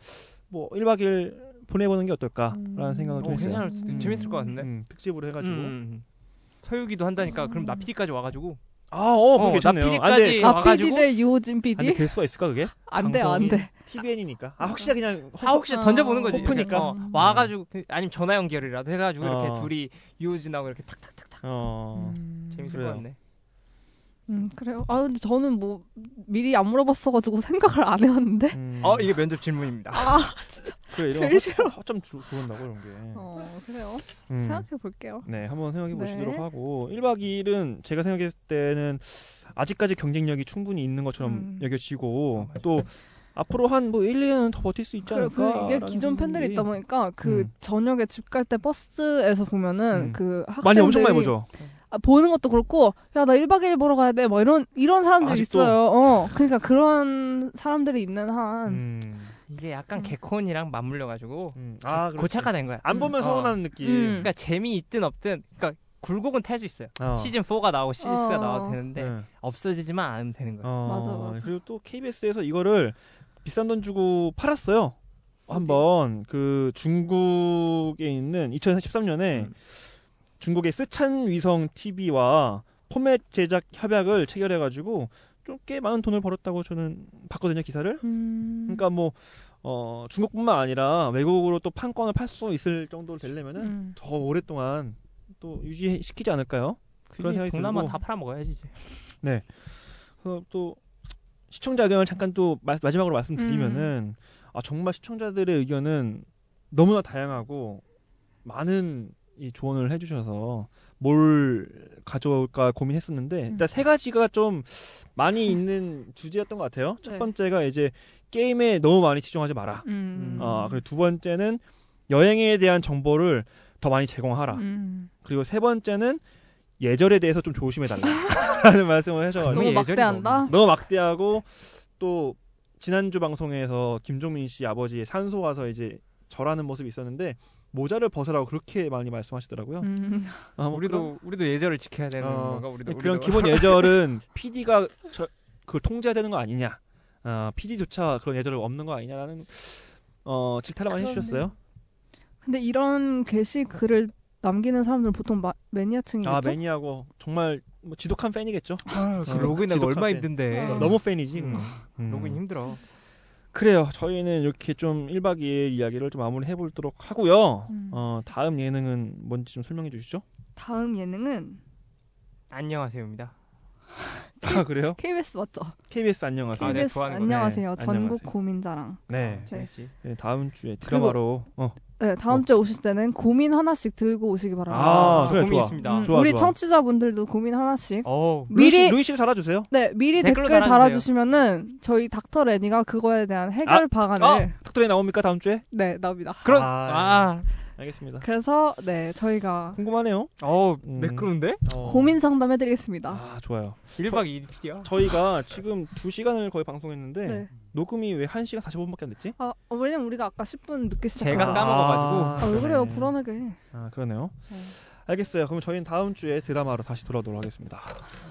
[SPEAKER 2] 뭐 1박 2일 보내보는 게 어떨까라는
[SPEAKER 1] 음.
[SPEAKER 2] 생각을 좀
[SPEAKER 3] 어,
[SPEAKER 2] 했어요.
[SPEAKER 3] 괜찮을 수도
[SPEAKER 1] 음.
[SPEAKER 3] 재밌을 것 같은데.
[SPEAKER 2] 음, 특집으로 해가지고
[SPEAKER 3] 음, 음, 음. 서유기도 한다니까 그럼 나 PD까지 와가지고
[SPEAKER 2] 아, 어, 그거
[SPEAKER 3] 어,
[SPEAKER 2] 괜찮네요.
[SPEAKER 3] 나
[SPEAKER 2] 아, 근데
[SPEAKER 3] PD까지
[SPEAKER 1] 음. 아
[SPEAKER 3] 와가지고?
[SPEAKER 1] PD 대 유호진
[SPEAKER 2] 아니
[SPEAKER 1] PD?
[SPEAKER 2] 될 수가 있을까 그게?
[SPEAKER 1] 안돼
[SPEAKER 2] 방송이
[SPEAKER 1] 안돼
[SPEAKER 2] TVN이니까. 아 혹시나 그냥
[SPEAKER 3] 아 혹시 던져보는 거지.
[SPEAKER 2] 호프니까.
[SPEAKER 3] 어, 와가지고 그- 아니면 전화 연결이라도 해가지고 이렇게
[SPEAKER 2] 어.
[SPEAKER 3] 둘이 유호진하고 이렇게 탁탁탁탁
[SPEAKER 2] 어.
[SPEAKER 3] 재밌을
[SPEAKER 2] 그래요.
[SPEAKER 3] 것 같네.
[SPEAKER 1] 음 그래요. 아 근데 저는 뭐 미리 안 물어봤어가지고 생각을 안 해왔는데.
[SPEAKER 2] 음.
[SPEAKER 3] 어 이게 면접 질문입니다.
[SPEAKER 1] 아
[SPEAKER 2] 그래 이런
[SPEAKER 1] 제일
[SPEAKER 2] 거 허점 주- 주는다고 이런 게.
[SPEAKER 1] 어, 그래요.
[SPEAKER 2] 음.
[SPEAKER 1] 생각해 볼게요.
[SPEAKER 2] 네, 한번 생각해 보시도록
[SPEAKER 1] 네.
[SPEAKER 2] 하고 1박 2일은 제가 생각했을 때는 아직까지 경쟁력이 충분히 있는 것처럼
[SPEAKER 1] 음.
[SPEAKER 2] 여겨지고 또 앞으로 한 뭐 1, 2년은 더 버틸 수 있지
[SPEAKER 1] 그리고
[SPEAKER 2] 않을까?
[SPEAKER 1] 그 이게 기존 팬들이 있다 보니까 그
[SPEAKER 2] 그러니까 음.
[SPEAKER 1] 저녁에 집 갈 때 버스에서 보면은
[SPEAKER 2] 음.
[SPEAKER 1] 그 학생들이
[SPEAKER 2] 많이 엄청 많이 보죠.
[SPEAKER 1] 아, 보는 것도 그렇고 야 나 1박 2일 보러 가야 돼. 뭐 이런 이런 사람들이
[SPEAKER 2] 아직도?
[SPEAKER 1] 있어요. 어. 그러니까 그런 사람들이 있는 한
[SPEAKER 2] 음.
[SPEAKER 3] 이게 약간
[SPEAKER 1] 음.
[SPEAKER 3] 개콘이랑 맞물려 가지고
[SPEAKER 2] 음. 아, 그렇지.
[SPEAKER 3] 고착화 된 거야.
[SPEAKER 2] 안 보면
[SPEAKER 3] 음.
[SPEAKER 2] 서운하는 느낌.
[SPEAKER 1] 음.
[SPEAKER 3] 그러니까 재미 있든 없든 그러니까 굴곡은 탈 수 있어요.
[SPEAKER 2] 어.
[SPEAKER 3] 시즌 4가 나오고 시즌 3가
[SPEAKER 1] 어.
[SPEAKER 3] 나와도 되는데
[SPEAKER 2] 네.
[SPEAKER 3] 없어지지만 않으면 되는 거예요.
[SPEAKER 2] 어,
[SPEAKER 1] 맞아, 맞아.
[SPEAKER 2] 그리고 또 KBS에서 이거를 비싼 돈 주고 팔았어요.
[SPEAKER 1] 아,
[SPEAKER 2] 한번 그 중국에 있는 2013년에
[SPEAKER 3] 음.
[SPEAKER 2] 중국의 쓰찬 위성 TV와 포맷 제작 협약을 체결해가지고 좀 꽤 많은 돈을 벌었다고 저는 봤거든요 기사를.
[SPEAKER 1] 음.
[SPEAKER 2] 그러니까 뭐 어, 중국뿐만 아니라 외국으로 또 판권을 팔 수 있을 정도로 되려면은
[SPEAKER 1] 음.
[SPEAKER 2] 더 오랫동안 또 유지시키지 않을까요? 그런
[SPEAKER 3] 굳이
[SPEAKER 2] 생각이
[SPEAKER 3] 동남아
[SPEAKER 2] 들고.
[SPEAKER 3] 다 팔아먹어야지 이제.
[SPEAKER 2] 그래서 또 시청자 의견을 잠깐 또 마, 지막으로 말씀드리면은 아 정말 시청자들의 의견은 너무나 다양하고 많은 이 조언을 해주셔서 뭘 가져올까 고민했었는데 일단 세 가지가 좀 많이 있는 주제였던 것 같아요.
[SPEAKER 1] 네.
[SPEAKER 2] 첫 번째가 이제 게임에 너무 많이 집중하지 마라.
[SPEAKER 1] 음.
[SPEAKER 2] 아 그리고 두 번째는 여행에 대한 정보를 더 많이 제공하라.
[SPEAKER 1] 음.
[SPEAKER 2] 그리고 세 번째는 예절에 대해서 좀 조심해
[SPEAKER 1] 음.
[SPEAKER 2] 달라라는 말씀을 하셔가지고
[SPEAKER 1] 너무
[SPEAKER 3] 예절이
[SPEAKER 1] 막대한다.
[SPEAKER 2] 너무 막대하고 또 지난주 방송에서 김종민 씨 아버지 산소 와서 이제 절하는 모습이 있었는데 모자를 벗으라고 그렇게 많이 말씀하시더라고요.
[SPEAKER 1] 음.
[SPEAKER 2] 아, 뭐
[SPEAKER 3] 우리도 우리도 예절을 지켜야 되는
[SPEAKER 2] 어,
[SPEAKER 3] 건가 우리도
[SPEAKER 2] 그런, 그런
[SPEAKER 3] 우리도.
[SPEAKER 2] 기본 예절은 PD가 그 통제해야 되는 거 아니냐. 어, PD조차 그런 예절 없는 거 아니냐라는 어, 질타를 많이
[SPEAKER 1] 그러네.
[SPEAKER 2] 해주셨어요.
[SPEAKER 3] 음,
[SPEAKER 1] 근데 이런 게시 글을 남기는 사람들은 보통 마, 매니아층이겠죠?
[SPEAKER 2] 아
[SPEAKER 3] 그렇죠?
[SPEAKER 2] 매니아고 정말 뭐 지독한 팬이겠죠.
[SPEAKER 3] 그
[SPEAKER 2] 지독-
[SPEAKER 3] 로그인하고 얼마
[SPEAKER 2] 지독한
[SPEAKER 3] 힘든데.
[SPEAKER 1] 어.
[SPEAKER 2] 너무 팬이지.
[SPEAKER 3] 음.
[SPEAKER 2] 음.
[SPEAKER 3] 로그인 힘들어.
[SPEAKER 2] 그래요. 저희는 이렇게 좀 1박 2일 이야기를 좀 마무리해 보도록 하고요.
[SPEAKER 1] 음.
[SPEAKER 2] 어, 다음 예능은 뭔지 좀 설명해 주시죠.
[SPEAKER 1] 다음 예능은
[SPEAKER 3] 안녕하세요입니다.
[SPEAKER 2] 아 그래요?
[SPEAKER 1] KBS 맞죠?
[SPEAKER 2] KBS 안녕하세요.
[SPEAKER 3] 아, 네,
[SPEAKER 1] KBS
[SPEAKER 3] 구하는 거네.
[SPEAKER 1] 안녕하세요.
[SPEAKER 2] 네,
[SPEAKER 1] 전국
[SPEAKER 2] 안녕하세요.
[SPEAKER 1] 고민자랑.
[SPEAKER 2] 네.
[SPEAKER 1] 네.
[SPEAKER 3] 아, 재밌지.
[SPEAKER 2] 네, 다음 주에 드라마로 어
[SPEAKER 1] 네, 다음
[SPEAKER 2] 어.
[SPEAKER 1] 주에 오실 때는 고민 하나씩 들고 오시기 바랍니다.
[SPEAKER 2] 아, 그래,
[SPEAKER 3] 고민
[SPEAKER 2] 좋아.
[SPEAKER 3] 있습니다.
[SPEAKER 1] 음,
[SPEAKER 2] 좋아,
[SPEAKER 1] 우리
[SPEAKER 2] 좋아.
[SPEAKER 1] 청취자분들도 고민 하나씩.
[SPEAKER 3] 어,
[SPEAKER 2] 루이 씨-
[SPEAKER 1] 미리-
[SPEAKER 2] 루이 씨가 달아주세요.
[SPEAKER 1] 네, 미리
[SPEAKER 3] 댓글로
[SPEAKER 1] 댓글
[SPEAKER 3] 달아주세요.
[SPEAKER 1] 달아주시면은 저희 닥터 레니가 그거에 대한 해결 방안을
[SPEAKER 2] 아, 탁토리 나옵니까 다음 주에?
[SPEAKER 1] 네, 납니다.
[SPEAKER 3] 그런
[SPEAKER 2] 아,
[SPEAKER 3] 아,
[SPEAKER 2] 알겠습니다.
[SPEAKER 1] 그래서 네, 저희가
[SPEAKER 2] 궁금하네요.
[SPEAKER 3] 어
[SPEAKER 2] 음.
[SPEAKER 3] 매끄러운데?
[SPEAKER 1] 고민 상담해 드리겠습니다.
[SPEAKER 2] 아 좋아요.
[SPEAKER 3] 1박 2일이야.
[SPEAKER 2] 저희가 지금 2 시간을 거의 방송했는데
[SPEAKER 1] 네.
[SPEAKER 2] 녹음이 왜1 시간 4 5 분밖에 안 됐지?
[SPEAKER 1] 아, 어, 왜냐면 우리가 아까 10분 늦게 시작한
[SPEAKER 3] 제가 까먹어가지고.
[SPEAKER 1] 아, 왜 그래요?
[SPEAKER 2] 그러네.
[SPEAKER 1] 불안하게.
[SPEAKER 2] 아 그러네요.
[SPEAKER 1] 네.
[SPEAKER 2] 알겠어요. 그럼 저희는 다음 주에 드라마로 다시 돌아오도록 하겠습니다.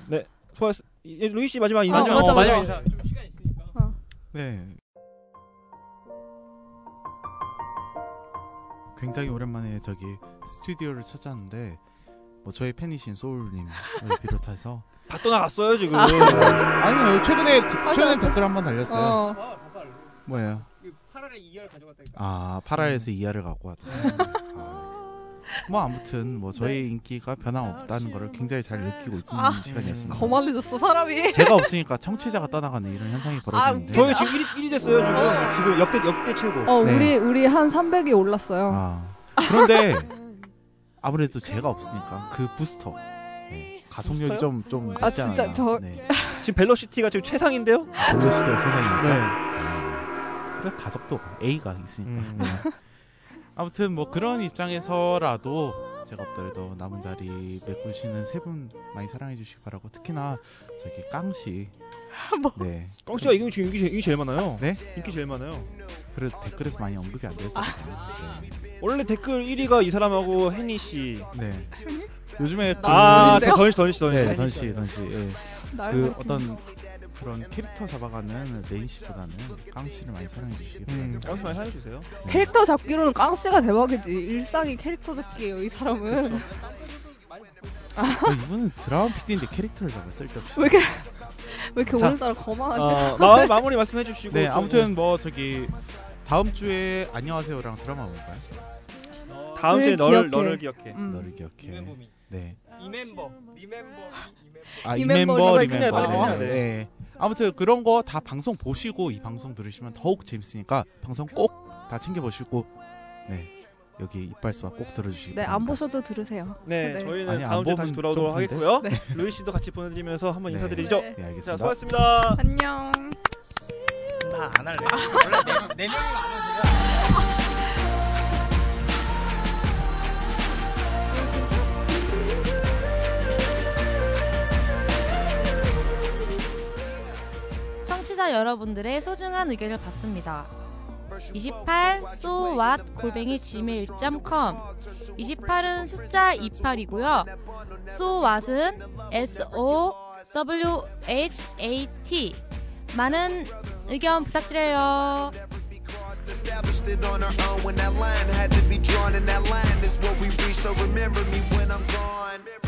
[SPEAKER 2] 네, 수고하셨. 이- 루이 씨 마지막 인사.
[SPEAKER 1] 아,
[SPEAKER 2] 좀-
[SPEAKER 1] 맞아,
[SPEAKER 2] 어, 마지막
[SPEAKER 1] 맞아.
[SPEAKER 2] 인사.
[SPEAKER 3] 좀 시간 있으니까.
[SPEAKER 5] 네. 굉장히 오랜만에 저기 스튜디오를 찾았는데 뭐 저희 팬이신 소울님을 비롯해서
[SPEAKER 2] 다 떠나갔어요 지금.
[SPEAKER 1] 아.
[SPEAKER 5] 아니요 최근에 최근에
[SPEAKER 1] 맞아.
[SPEAKER 5] 댓글 한 번 달렸어요.
[SPEAKER 1] 어.
[SPEAKER 5] 뭐예요?
[SPEAKER 3] 그 8월에 2열 가져갔다니까.
[SPEAKER 5] 아 8화에서 2화를 갖고 왔다. 아, 뭐 아무튼 뭐 저희 인기가 변함없다는 걸 굉장히 잘 느끼고 있는
[SPEAKER 1] 아,
[SPEAKER 5] 시간이었습니다.
[SPEAKER 1] 거만해졌어, 사람이.
[SPEAKER 5] 제가 없으니까 청취자가 떠나가는 이런 현상이 벌어지는데
[SPEAKER 2] 저희 지금 1위, 1위 됐어요 지금.
[SPEAKER 1] 어.
[SPEAKER 2] 지금 역대 역대 최고.
[SPEAKER 1] 어,
[SPEAKER 5] 네.
[SPEAKER 1] 우리 우리 한 300이 올랐어요.
[SPEAKER 5] 아, 그런데 아무래도 제가 없으니까 그 부스터 네, 가속력이
[SPEAKER 2] 부스터요?
[SPEAKER 5] 좀좀 좀
[SPEAKER 1] 아, 진짜 저-
[SPEAKER 5] 네.
[SPEAKER 2] 지금 벨로시티가 지금 최상인데요?
[SPEAKER 5] 블루시대 세상이니까
[SPEAKER 2] 네.
[SPEAKER 5] 아, 그래 가속도가 A가 있으니까
[SPEAKER 2] 음.
[SPEAKER 5] 네. 아무튼 뭐 그런 입장에서라도 제가 없더라도 남은 자리 메꾸시는 세 분 많이 사랑해 주시기 바라고 특히나 저기 깡씨 네
[SPEAKER 2] 꽝씨가 이게 지금 인기, 제- 인기 제일 많아요.
[SPEAKER 5] 네?
[SPEAKER 2] 인기 제일 많아요.
[SPEAKER 5] 그래도 댓글에서 많이 언급이 안 돼서
[SPEAKER 2] 원래 댓글 1위가 이 사람하고 혜니 씨.
[SPEAKER 5] 네. 네. 요즘에 그-
[SPEAKER 2] 아,
[SPEAKER 1] 네. 아,
[SPEAKER 2] 던시 던시
[SPEAKER 5] 네,
[SPEAKER 2] 던시.
[SPEAKER 5] 던씨, 던씨. 예.
[SPEAKER 1] 날
[SPEAKER 5] 그
[SPEAKER 1] 그렇게.
[SPEAKER 5] 어떤 그런 캐릭터 잡아가는 레이시보다는 깡씨를 많이 사랑해 주시기
[SPEAKER 2] 음,
[SPEAKER 5] 바랍니다. 네.
[SPEAKER 2] 꽝씨 많이 사랑해주세요.
[SPEAKER 1] 캐릭터 잡기로는 깡씨가 대박이지. 일상이 캐릭터 잡기예요, 이 사람은.
[SPEAKER 5] 어, 이분은 드라마 PD인데 캐릭터를 잡아 쓸데없이.
[SPEAKER 1] 왜 이렇게 왜 이렇게
[SPEAKER 2] 자.
[SPEAKER 1] 오늘따라 거만한지.
[SPEAKER 2] 어, 마, 마무리 말씀해주시고.
[SPEAKER 5] 아, 네,
[SPEAKER 2] 좀-
[SPEAKER 5] 아무튼 뭐 저기 다음 주에 안녕하세요랑 드라마 볼까요?
[SPEAKER 2] 다음 주에
[SPEAKER 1] 늘 기억해.
[SPEAKER 2] 너를 너를 기억해.
[SPEAKER 1] 음.
[SPEAKER 5] 너를 기억해. 네.
[SPEAKER 3] 아, 이멤버. 리멤버.
[SPEAKER 5] 아,
[SPEAKER 1] 이 멤버,
[SPEAKER 5] 이멤버,
[SPEAKER 1] 이걸
[SPEAKER 2] 그냥
[SPEAKER 5] 이멤버.
[SPEAKER 2] 빨리 끝내야
[SPEAKER 5] 네. 네. 아무튼 그런 거 다 방송 보시고 이 방송 들으시면 더욱 재밌으니까 방송 꼭 다 챙겨 보시고 네. 여기 이빨소와 꼭 들어주시기
[SPEAKER 1] 네,
[SPEAKER 5] 바랍니다.
[SPEAKER 1] 안 보셔도 들으세요.
[SPEAKER 2] 네,
[SPEAKER 1] 네.
[SPEAKER 2] 저희는
[SPEAKER 5] 아니,
[SPEAKER 2] 다음
[SPEAKER 5] 안
[SPEAKER 2] 주에 다시
[SPEAKER 5] 보면
[SPEAKER 2] 돌아오도록
[SPEAKER 5] 좀 근데?
[SPEAKER 2] 하겠고요. 루이 씨도 같이 보내드리면서 한번
[SPEAKER 5] 네.
[SPEAKER 2] 인사드리죠.
[SPEAKER 1] 네.
[SPEAKER 5] 네,
[SPEAKER 2] 자,
[SPEAKER 5] 알겠습니다.
[SPEAKER 2] 수고하셨습니다.
[SPEAKER 1] 안녕.
[SPEAKER 3] 나안 할래. 원래 네 명이 안
[SPEAKER 7] 청취자 여러분들의 소중한 의견을 받습니다. 28 so what 골뱅이 gmail.com 28은 숫자 28이고요. so what은 s o w h a t 많은 의견 부탁드려요.
[SPEAKER 8] Established it on our own when that line had to be drawn, and that line is what we reach. So remember me when I'm gone.